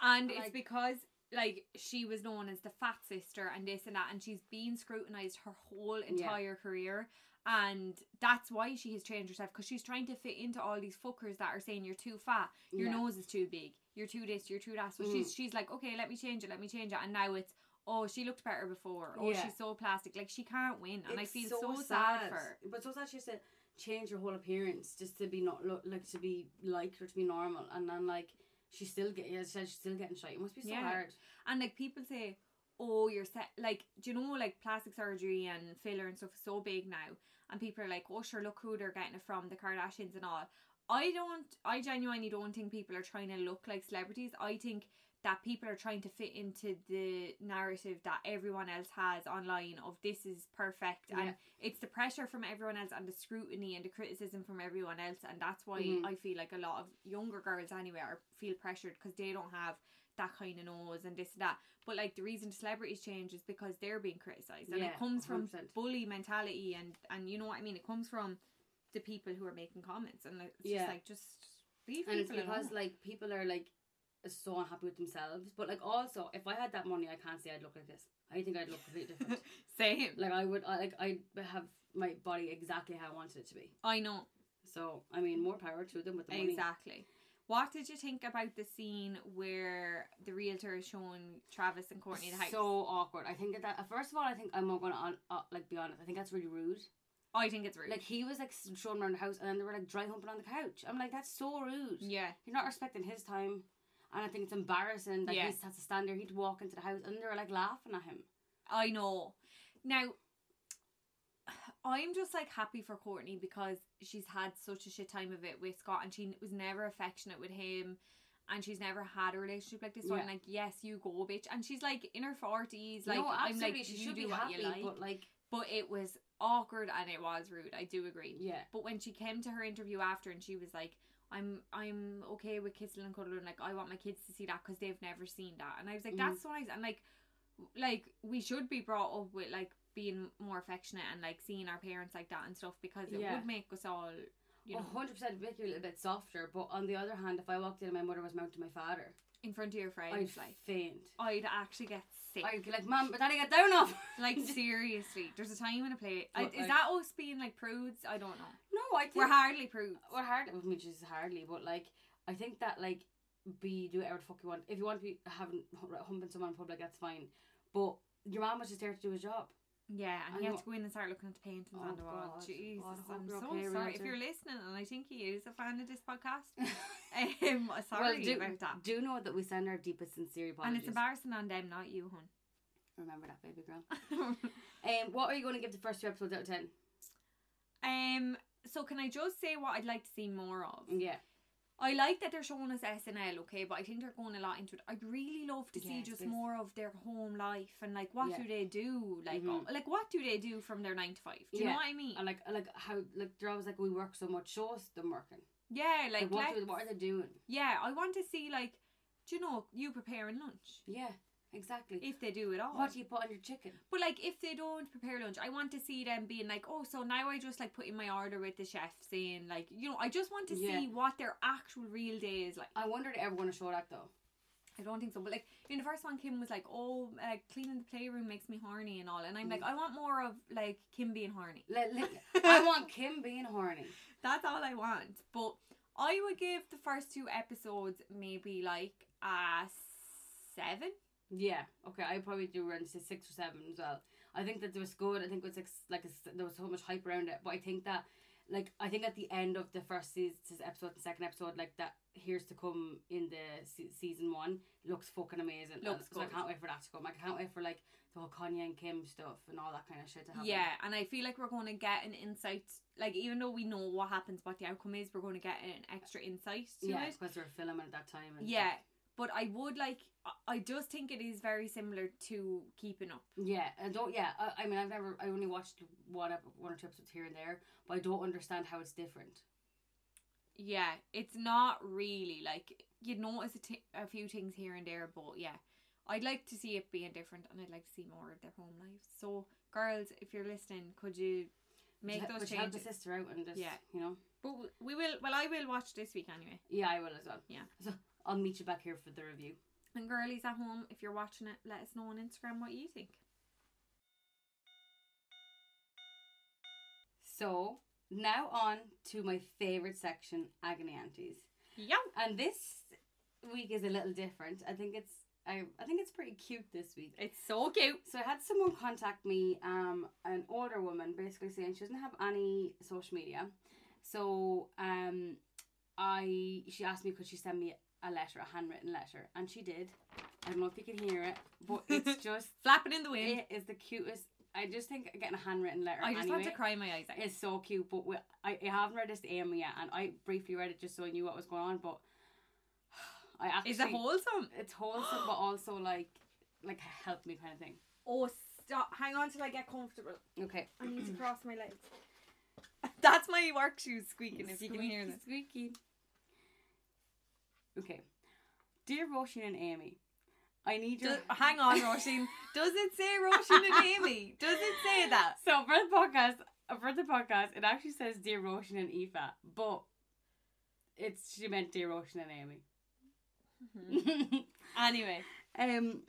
S2: and it's
S1: like-
S2: because like she was known as the fat sister and this and that and she's been scrutinized her whole entire career and that's why she has changed herself because she's trying to fit into all these fuckers that are saying you're too fat your
S1: Yeah.
S2: nose is too big you're too this you're too that so
S1: Mm.
S2: she's she's like okay let me change it let me change it and now it's oh she looked better before oh
S1: Yeah.
S2: she's so plastic like she can't win and i
S1: It's
S2: feel so, sad. for her
S1: But so sad she has to change her whole appearance just to be not look like to be liked or to be normal, and then like she still get yeah, she said she's still getting shite. It must be so
S2: Yeah.
S1: hard.
S2: And like people say, oh, you're set. Like, do you know, like plastic surgery and filler and stuff is so big now. And people are like, oh, sure, look who they're getting it from, the Kardashians and all. I don't, I genuinely don't think people are trying to look like celebrities. I think that people are trying to fit into the narrative that everyone else has online of this is perfect and
S1: Yeah.
S2: it's the pressure from everyone else and the scrutiny and the criticism from everyone else and that's why
S1: Mhm.
S2: i feel like a lot of younger girls anyway are feel pressured because they don't have that kind of nose and this and that but like the reason celebrities change is because they're being criticized and
S1: yeah,
S2: it comes from
S1: 100%.
S2: bully mentality and and you know what i mean it comes from the people who are making comments and like, it's
S1: Yeah.
S2: just like just leave
S1: and it's
S2: people alone.
S1: because like people are like so unhappy with themselves. But like also, if I had that money, I can't say I'd look like this. I think I'd look completely different.
S2: same
S1: like I would, I, like I'd have my body exactly how I wanted it to be.
S2: i know
S1: So I mean, more power to them with the money.
S2: Exactly. What did you think about the scene where the realtor is showing Travis and Courtney the house?
S1: So awkward. I think that first of all, I think I'm not gonna on, uh, like be honest. I think that's really rude.
S2: I think it's rude.
S1: Like he was like s- showing around the house, and then they were like dry humping on the couch. I'm like, that's so rude.
S2: yeah,
S1: You're not respecting his time, and I think it's embarrassing that
S2: Yeah.
S1: he has to stand there. He'd walk into the house, and they were like laughing at him.
S2: I know. Now, I'm just like happy for Courtney because she's had such a shit time of it with Scott, and she was never affectionate with him. And she's never had a relationship like this. So I'm
S1: Yeah.
S2: like, yes, you go, bitch. And she's like in her forties. Like
S1: no,
S2: I'm
S1: absolutely,
S2: like,
S1: she
S2: you
S1: should
S2: do
S1: be
S2: what
S1: happy,
S2: you like.
S1: but like,
S2: but it was awkward and it was rude. I do agree.
S1: yeah,
S2: But when she came to her interview after and she was like, I'm I'm okay with kissing and cuddling. Like I want my kids to see that because they've never seen that. And I was like,
S1: Mhm.
S2: that's so nice. And like, w- like we should be brought up with like being more affectionate and like seeing our parents like that and stuff because it
S1: Yeah. Oh.
S2: would make us all, you know,
S1: 100 percent make you a little bit softer. But on the other hand, if I walked in and my mother was mounting my father,
S2: in front of your
S1: I'd
S2: friends. like
S1: faint.
S2: I'd actually get sick.
S1: I'd be like, "Mom, but daddy, get down off."
S2: like seriously, there's a time and a place. I,
S1: But,
S2: is
S1: like-
S2: that us being like prudes? I don't know.
S1: no, I think
S2: We're hardly prudes.
S1: Well, hard, which is hardly, but like, I think that like, be do whatever the fuck you want. If you want to be having humping someone in public, that's fine. But your mom was just there to do his job.
S2: Yeah, and
S1: I
S2: he had
S1: know.
S2: to go in and start looking at the paintings
S1: Oh,
S2: on the wall.
S1: God. Oh,
S2: Jesus,
S1: God, I hope
S2: I'm
S1: you're
S2: so
S1: okay,
S2: sorry. If
S1: Realtor.
S2: you're listening, and I think he is a fan of this podcast, um, sorry
S1: do,
S2: about that.
S1: do know that we send our deepest sincere apologies.
S2: And it's embarrassing on them, not you,
S1: Remember that, baby girl.
S2: hun.
S1: Um, what are you going to give the first two episodes out of ten?
S2: um, so can I just say what I'd like to see more of?
S1: Yeah,
S2: I like that they're showing us SNL, okay, but I think they're going a lot into it. I'd really love to see
S1: Yes,
S2: just
S1: yes.
S2: more of their home life and like what
S1: Yeah.
S2: do they do, like
S1: Mhm.
S2: oh, like what do they do from their nine to five? Do you know
S1: Yeah.
S2: what I mean?
S1: and like, like how, like they're always like, we work so much, show us them working.
S2: yeah, like,
S1: Like, what,
S2: let's-
S1: do, what are they doing?
S2: Yeah, I want to see like, do you know you preparing lunch
S1: Yeah, exactly.
S2: if they do it all?
S1: what do you put on your chicken?
S2: but like, if they don't prepare lunch, I want to see them being like, oh, so now I just like put in my order with the chef, saying like, you know, I just want to
S1: Yeah.
S2: see what their actual real day is like.
S1: I wonder if everyone will show that though.
S2: I don't think so, but like in the first one, Kim was like, oh, uh, cleaning the playroom makes me horny and all, and I'm like, I want more of like Kim being horny.
S1: Let, let, I want Kim being horny.
S2: That's all I want. But I would give the first two episodes maybe like a seven.
S1: Yeah. Okay. I probably do around say six or seven as well. I think that there was good. I think it was like, s- like a s- there was so much hype around it, but I think that like I think at the end of the first season, episode and second episode, like that here's to come in the se- season one looks fucking amazing. And
S2: Looks
S1: so I
S2: good.
S1: can't wait for that to come. I can't wait for like the whole Kanye and Kim stuff and all that kind of shit to happen.
S2: Yeah, and I feel like we're going to get an insight. Like, even though we know what happens, what the outcome is, we're going to get an extra insight to
S1: yeah,
S2: it.
S1: because they were filming at that time. And
S2: Yeah, but I would like. I- I just think it is very similar to Keeping Up.
S1: Yeah, I don't. Yeah, I, I mean, I've never. I only watched one ep- one or two episodes here and there, but I don't understand how it's different.
S2: Yeah, it's not really like you'd notice a, t- a few things here and there, but yeah, I'd like to see it being different, and I'd like to see more of their home lives. So, girls, if you're listening, could you make
S1: Which-
S2: those
S1: which helped the
S2: changes?
S1: sister out and just
S2: Yeah.
S1: you know.
S2: But w- we will. Well, I will watch this week anyway.
S1: Yeah, I will as well.
S2: Yeah.
S1: So I'll meet you back here for the review.
S2: And girlies at home, if you're watching it, let us know on Instagram what you think.
S1: So now on to my favorite section, agony aunties,
S2: Yeah.
S1: and this week is a little different. I think it's I I think it's pretty cute this week.
S2: It's so cute.
S1: So I had someone contact me, um, an older woman, basically saying she doesn't have any social media. So um, I she asked me could she send me a letter, a handwritten letter, and she did. I don't know if you can hear it, but it's just
S2: Flapping in the wind.
S1: it is the cutest. I just think getting a handwritten letter.
S2: I just
S1: anyway,
S2: want to cry my eyes out.
S1: It's so cute, but we, I, I haven't read this to Amy yet, and I briefly read it just so I knew what was going on. But I actually
S2: Is it wholesome?
S1: it's wholesome, but also like like help me kind of thing.
S2: Oh, stop. Hang on till I get comfortable.
S1: Okay,
S2: I need to cross my legs. That's my work shoes squeaking, if you can hear them.
S1: Squeaky. Okay. Dear Roisin and Amy, I need your.
S2: Does, hang on, Roisin. Does it say Roisin and Amy? Does it say that?
S1: so for the podcast, for the podcast, it actually says Dear Roisin and Aoife, but it's she meant Dear Roisin and
S2: Mm-hmm.
S1: Amy.
S2: Anyway,
S1: um,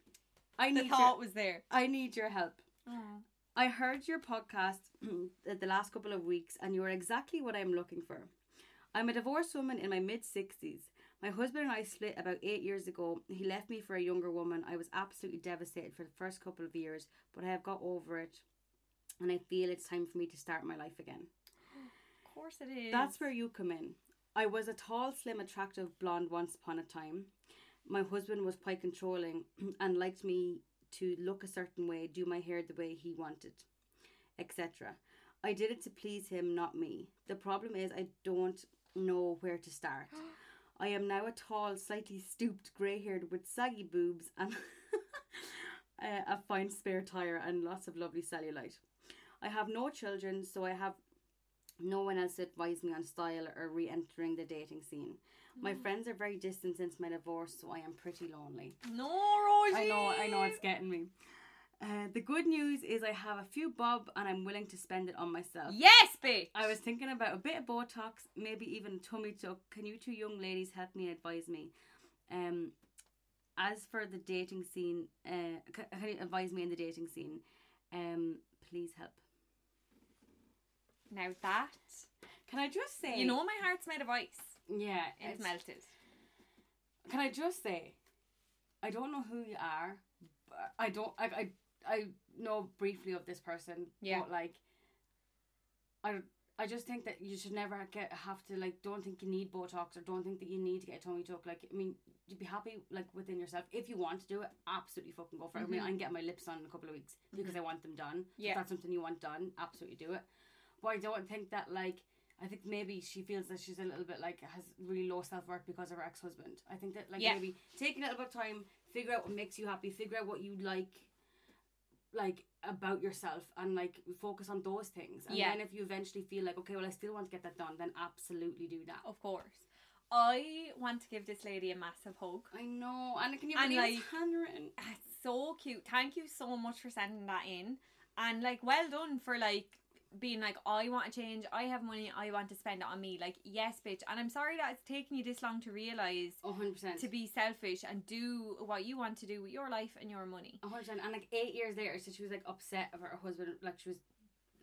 S1: I
S2: the
S1: need
S2: thought
S1: your,
S2: was there.
S1: I need your help.
S2: Oh,
S1: I heard your podcast the last couple of weeks, and you are exactly what I'm looking for. I'm a divorced woman in my mid 60s. My husband and I split about eight years ago. He left me for a younger woman. I was absolutely devastated for the first couple of years, but I have got over it, and I feel it's time for me to start my life again.
S2: Of course it is.
S1: That's where you come in. I was a tall, slim, attractive blonde once upon a time. My husband was quite controlling and liked me to look a certain way, do my hair the way he wanted, etc. I did it to please him, not me. The problem is, I don't know where to start. I am now a tall, slightly stooped, grey haired with saggy boobs and a a fine spare tyre and lots of lovely cellulite. I have no children, so I have no one else to advise me on style or re entering the dating scene. My
S2: Mm.
S1: friends are very distant since my divorce, so I am pretty lonely.
S2: No, Roisin.
S1: I know, I know, it's getting me. Uh, the good news is I have a few bob and I'm willing to spend it on myself.
S2: Yes, bitch.
S1: I was thinking about a bit of Botox, maybe even a tummy tuck. Can you two young ladies help me and advise me? Um, as for the dating scene, uh, c- can you advise me in the dating scene? Um, please help.
S2: Now that.
S1: Can I just say,
S2: You know, my heart's made of ice.
S1: yeah,
S2: It's
S1: it's-
S2: melted.
S1: Can I just say, I don't know who you are. But I don't. I I I know briefly of this person.
S2: Yeah.
S1: But like, I I just think that you should never get have to like. Don't think you need Botox or don't think that you need to get a tummy tuck. Like, I mean, you'd be happy like within yourself if you want to do it. Absolutely fucking go for it. I mean,
S2: Mhm.
S1: I can get my lips done in a couple of weeks because I want them done.
S2: Yeah.
S1: If that's something you want done, absolutely do it. But I don't think that like. I think maybe she feels that she's a little bit like has really low self worth because of her ex husband. I think that like
S2: Yeah.
S1: maybe take a little bit of time, figure out what makes you happy, figure out what you like, like about yourself, and like focus on those things. And
S2: Yeah.
S1: then if you eventually feel like okay, well, I still want to get that done, then absolutely do that.
S2: Of course. I want to give this lady a massive hug.
S1: I know, and can you
S2: And,
S1: believe it's
S2: like-
S1: handwritten?
S2: That's so cute. Thank you so much for sending that in. And like well done for like being like, I want to change, I have money, I want to spend it on me. Like, yes, bitch. And I'm sorry that it's taken you this long to realise
S1: A hundred percent.
S2: to be selfish and do what you want to do with your life and your money.
S1: A hundred percent. And like eight years later, so she was like upset about her husband. Like she was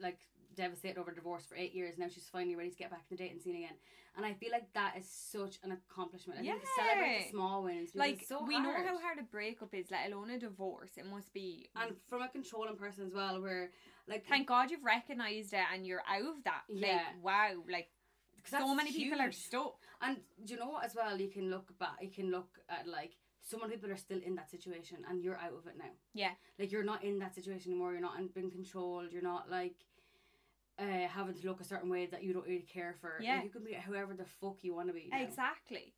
S1: like devastated over divorce for eight years. Now she's finally ready to get back in the dating scene again. And I feel like that is such an accomplishment. I think to celebrate
S2: Yeah.
S1: the small wins. because
S2: Like
S1: it's so
S2: we know
S1: hard.
S2: how hard a breakup is, let alone a divorce. It must be
S1: And from a controlling person as well, where like
S2: thank God you've recognised it and you're out of that.
S1: Yeah.
S2: Like wow, like
S1: 'Cause
S2: so
S1: that's
S2: many people are
S1: huge.
S2: stuck.
S1: And do you know what? As well, you can look back. You can look at like so many people are still in that situation, and you're out of it now.
S2: Yeah.
S1: Like you're not in that situation anymore. You're not in- being controlled. You're not like uh, having to look a certain way that you don't really care for. Like,
S2: Yeah.
S1: you can be whoever the fuck you want to be. now.
S2: Exactly.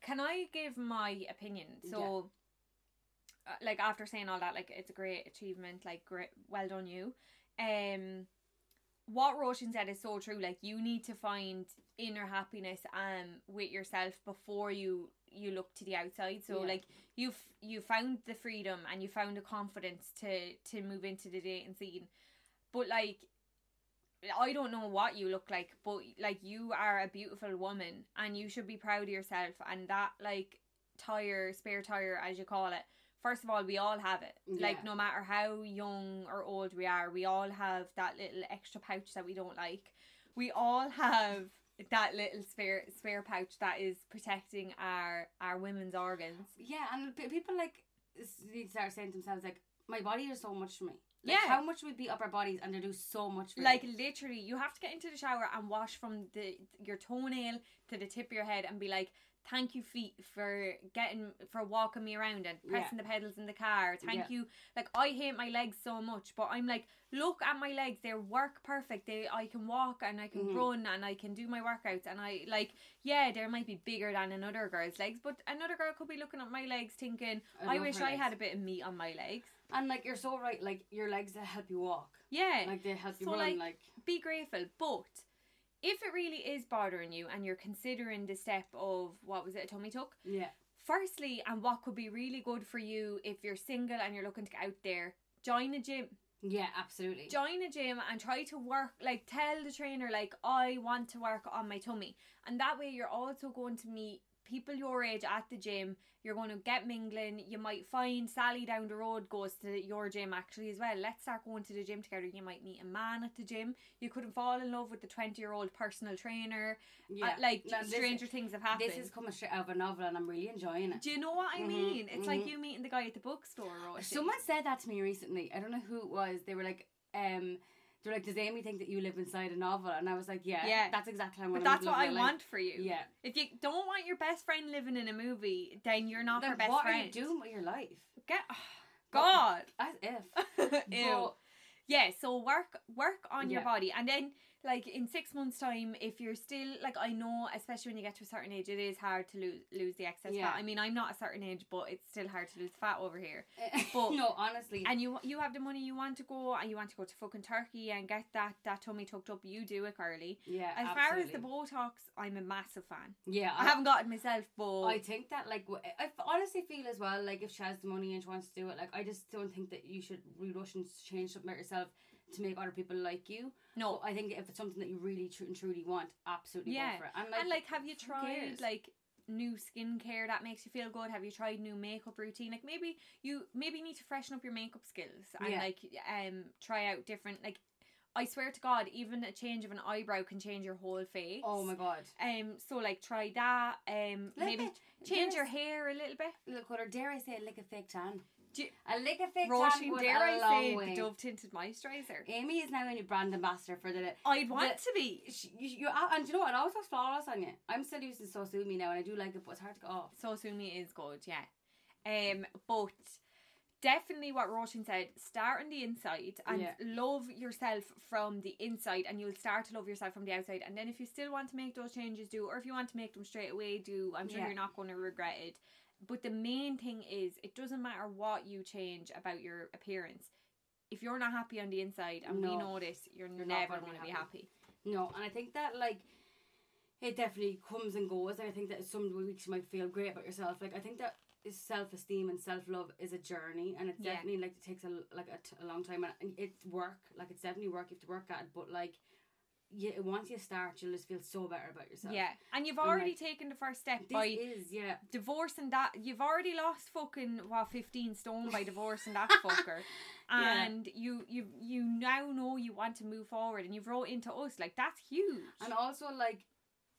S2: Can I give my opinion? So, uh, like after saying all that, like it's a great achievement. Like, great, well done you. Um, what Roshan said is so true. Like, you need to find inner happiness um with yourself before you you look to the outside. So,
S1: Yeah.
S2: like you've you found the freedom and you found the confidence to to move into the dating scene, but like I don't know what you look like, but like you are a beautiful woman and you should be proud of yourself and that like tire, spare tire as you call it. First of all, we all have it.
S1: Yeah.
S2: Like no matter how young or old we are, we all have that little extra pouch that we don't like. We all have that little spare spare pouch that is protecting our our women's organs.
S1: Yeah, and p- people like s- need to start saying to themselves like, "My body does so much for me." Like,
S2: Yeah.
S1: How much we beat up our bodies, and they do so much for
S2: Like
S1: you.
S2: literally, you have to get into the shower and wash from the your toenail to the tip of your head and be like, "Thank you, feet, for getting for walking me around and
S1: Yeah.
S2: pressing the pedals in the car. Thank
S1: Yeah.
S2: you." Like I hate my legs so much, but I'm like, look at my legs; they work perfect. They I can walk and I can
S1: Mhm.
S2: run and I can do my workouts and I like, yeah, they might be bigger than another girl's legs, but another girl could be looking at my legs thinking, "I,
S1: love
S2: wish
S1: her
S2: I
S1: legs.
S2: had a bit of meat on my legs."
S1: And like you're so right. Like your legs that help you walk.
S2: Yeah,
S1: Like they help you
S2: So,
S1: run.
S2: like,
S1: Like
S2: be grateful. But if it really is bothering you and you're considering the step of what was it, a tummy tuck,
S1: yeah.
S2: firstly, and what could be really good for you if you're single and you're looking to get out there, join a gym.
S1: Yeah, absolutely.
S2: Join a gym and try to work, like, tell the trainer, like, I want to work on my tummy. And that way, you're also going to meet people your age at the gym. You're going to get mingling. You might find Sally down the road goes to your gym actually as well. Let's start going to the gym together. You might meet a man at the gym. You couldn't fall in love with the 20 year old personal trainer.
S1: yeah.
S2: Uh, like,
S1: No, this-
S2: stranger things have happened.
S1: This is coming straight out of a novel, and I'm really enjoying it.
S2: Do you know what I
S1: Mhm,
S2: mean? It's like
S1: mhm.
S2: you meeting the guy at the bookstore, or
S1: Someone said that to me recently. I don't know who it was. They were like, um, they're like, does Amy think that you live inside a novel? And I was like, yeah,
S2: Yeah.
S1: that's exactly how I
S2: But
S1: want
S2: that's
S1: to live
S2: what I
S1: my life."
S2: want for you.
S1: Yeah.
S2: If you don't want your best friend living in a movie, then you're not her
S1: Like,
S2: best
S1: what
S2: friend.
S1: are you doing with your life?
S2: Get, God.
S1: As if.
S2: Ew.
S1: But-
S2: Yeah, so work work on your
S1: Yeah.
S2: body and then like in 6 months time if you're still like I know especially when you get to a certain age it is hard to lose lose the excess
S1: Yeah.
S2: fat. I mean, I'm not a certain age, but it's still hard to lose fat over here. But-
S1: no, honestly.
S2: And you you have the money you want to go and you want to go to fucking Turkey and get that that tummy tucked up, you do it, girly.
S1: yeah.
S2: As far as
S1: absolutely.
S2: the Botox, I'm a massive fan.
S1: Yeah.
S2: I haven't got it myself, but
S1: I think that like w- I f- honestly feel as well like if she has the money and she wants to do it like I just don't think that you should be rushing to change something about yourself to make other people like you.
S2: no.
S1: But I think if it's something that you really tru- and truly want, absolutely
S2: Yeah.
S1: go for it. And like,
S2: And like, have you
S1: who
S2: tried
S1: cares?
S2: like new skincare that makes you feel good? Have you tried new makeup routine? Like maybe you maybe need to freshen up your makeup skills and
S1: Yeah.
S2: like um try out different like. I swear to God, even a change of an eyebrow can change your whole face.
S1: oh my god,
S2: Um. So like, try that. Um.
S1: Lick
S2: maybe
S1: it.
S2: change your
S1: Yes.
S2: hair a little bit.
S1: Look what, or dare I say, like a fake tan.
S2: Do you-
S1: a lick a fake tan
S2: Roisin,
S1: goes
S2: dare
S1: a
S2: I
S1: long
S2: say,
S1: way.
S2: the Dove Tinted Moisturizer.
S1: Amy is now a new brand ambassador for the.
S2: I'd want to be.
S1: She, you, you, and do you know what? It always has flawless on you. I'm still using Sosumi now, and I do like it, but it's hard to oh, get off.
S2: So Sumi is good, yeah. Um, but definitely what Roshan said, start on the inside and
S1: Yeah.
S2: love yourself from the inside and you'll start to love yourself from the outside. And then if you still want to make those changes, do or if you want to make them straight away, do. I'm sure
S1: Yeah.
S2: you're not going to regret it. But the main thing is it doesn't matter what you change about your appearance. If you're not happy on the inside and we
S1: No.
S2: know this, you're,
S1: You're not
S2: never
S1: gonna be
S2: going to be
S1: happy.
S2: happy.
S1: No, and I think that like it definitely comes and goes. And I think that some weeks you might feel great about yourself. Like I think that self esteem and self love is a journey, and it
S2: Yeah.
S1: definitely like it takes a l- like a, t- a long time, and- and it's work. Like it's definitely work you have to work at, it, but like yeah, once you start, you'll just feel so better about yourself.
S2: Yeah. And you've
S1: And,
S2: already
S1: like,
S2: taken the first step
S1: this
S2: by
S1: is yeah.
S2: divorcing that you've already lost fucking what 15 stone by divorcing that fucker
S1: Yeah.
S2: and you you you now know you want to move forward and you've wrote into us like that's huge
S1: And also, like,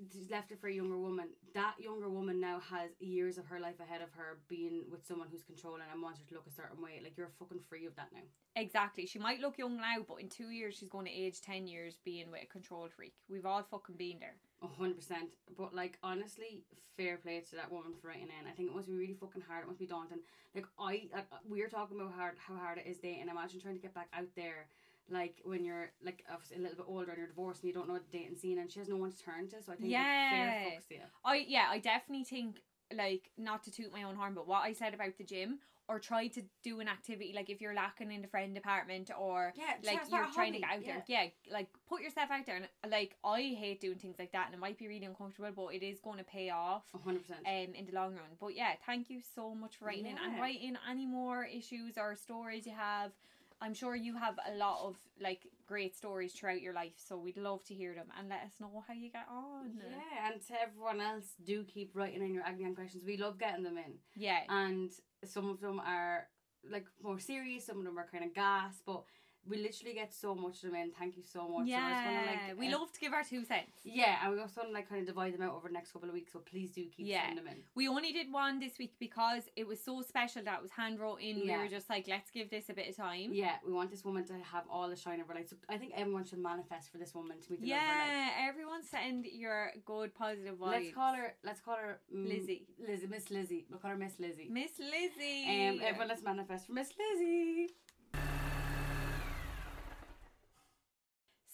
S1: just left it for a younger woman. That younger woman now has years of her life ahead of her being with someone who's controlling and wants her to look a certain way. Like you're fucking free of that now.
S2: Exactly. She might look young now, but in two years she's going to age ten years being with a control freak. We've all fucking been there.
S1: A hundred percent. But like honestly, fair play to that woman for writing in. I think it must be really fucking hard. It must be daunting. Like I, uh, we are talking about how hard, how hard it is dating. Imagine trying to get back out there, like when you're like obviously a little bit older and you're divorced and you don't know the dating scene and she has no one to turn to. So I think like, fair
S2: Yeah.
S1: fucks to you.
S2: I yeah, I definitely think like not to toot my own horn, but what I said about the gym or try to do an activity like if you're lacking in the friend department or
S1: Yeah,
S2: like
S1: try- start
S2: you're
S1: a
S2: trying to
S1: hobby.
S2: get out
S1: Yeah.
S2: there. Yeah, like put yourself out there. And like I hate doing things like that, and it might be really uncomfortable, but it is going to pay off.
S1: A hundred percent.
S2: Um, in the long run, but yeah, thank you so much for writing in and
S1: Yeah.
S2: writing any more issues or stories you have. I'm sure you have a lot of like great stories throughout your life, so we'd love to hear them and let us know how you get on.
S1: Yeah, and to everyone else, do keep writing in your agony and questions. We love getting them in,
S2: yeah,
S1: and some of them are like more serious, some of them are kind of gas, but we literally get so much of them in. Thank you so much. So I just wanna,
S2: Yeah,
S1: like,
S2: we
S1: uh,
S2: love to give our two cents.
S1: Yeah, and we also want to like kind of divide them out over the next couple of weeks. So please do keep
S2: Yeah.
S1: sending them in.
S2: We only did one this week because it was so special that it was hand wrote in. We
S1: Yeah.
S2: were just like, let's give this a bit of time.
S1: Yeah, we want this woman to have all the shine of her life. So I think everyone should manifest for this woman to be the love of her life.
S2: Yeah, everyone send your good positive vibes.
S1: Let's call her. Let's call her mm,
S2: Lizzie.
S1: Lizzie, Miss Lizzie. We'll call her Miss Lizzie.
S2: Miss Lizzie.
S1: Um, everyone, let's manifest for Miss Lizzie.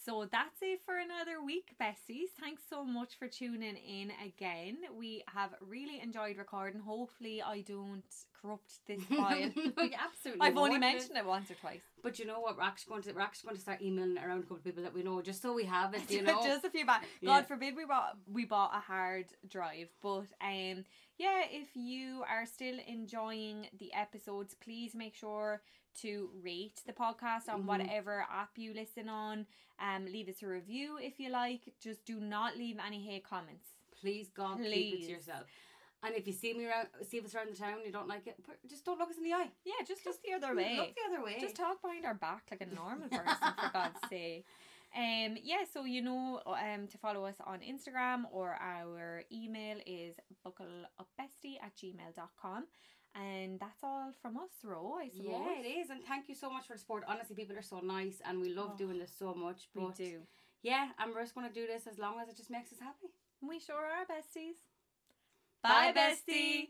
S2: So that's it for another week, besties. Thanks so much for tuning in again. We have really enjoyed recording. Hopefully, I don't corrupt this file.
S1: You absolutely.
S2: I've only
S1: won't.
S2: mentioned it once or twice.
S1: But you know what? We're actually going to we're actually going to start emailing it around a couple of people that we know, just so we have it. You know.
S2: just a few back.
S1: Yeah.
S2: God forbid we bought we bought a hard drive, but um, yeah. If you are still enjoying the episodes, please make sure to rate the podcast on
S1: Mhm.
S2: whatever app you listen on. Um, leave us a review if you like. Just do not leave any hate comments.
S1: Please, God, keep it
S2: Please.
S1: to yourself. And if you see me around, see us around the town, and you don't like it. put- Just don't look us in the eye.
S2: Yeah, just look the other way.
S1: Look the other way.
S2: Just talk behind our back like a normal person, for God's sake. Um, yeah, so you know um, to follow us on Instagram or our email is buckleupbestie at gmail.com. And that's all from us, Ro, I suppose.
S1: yeah, it is. And thank you so much for the support. Honestly, people are so nice, and we love
S2: Oh,
S1: doing this so much.
S2: We
S1: But
S2: do.
S1: yeah, and we're just going to do this as long as it just makes us happy.
S2: We sure are besties.
S1: Bye,
S2: Bye, bestie.
S1: bestie.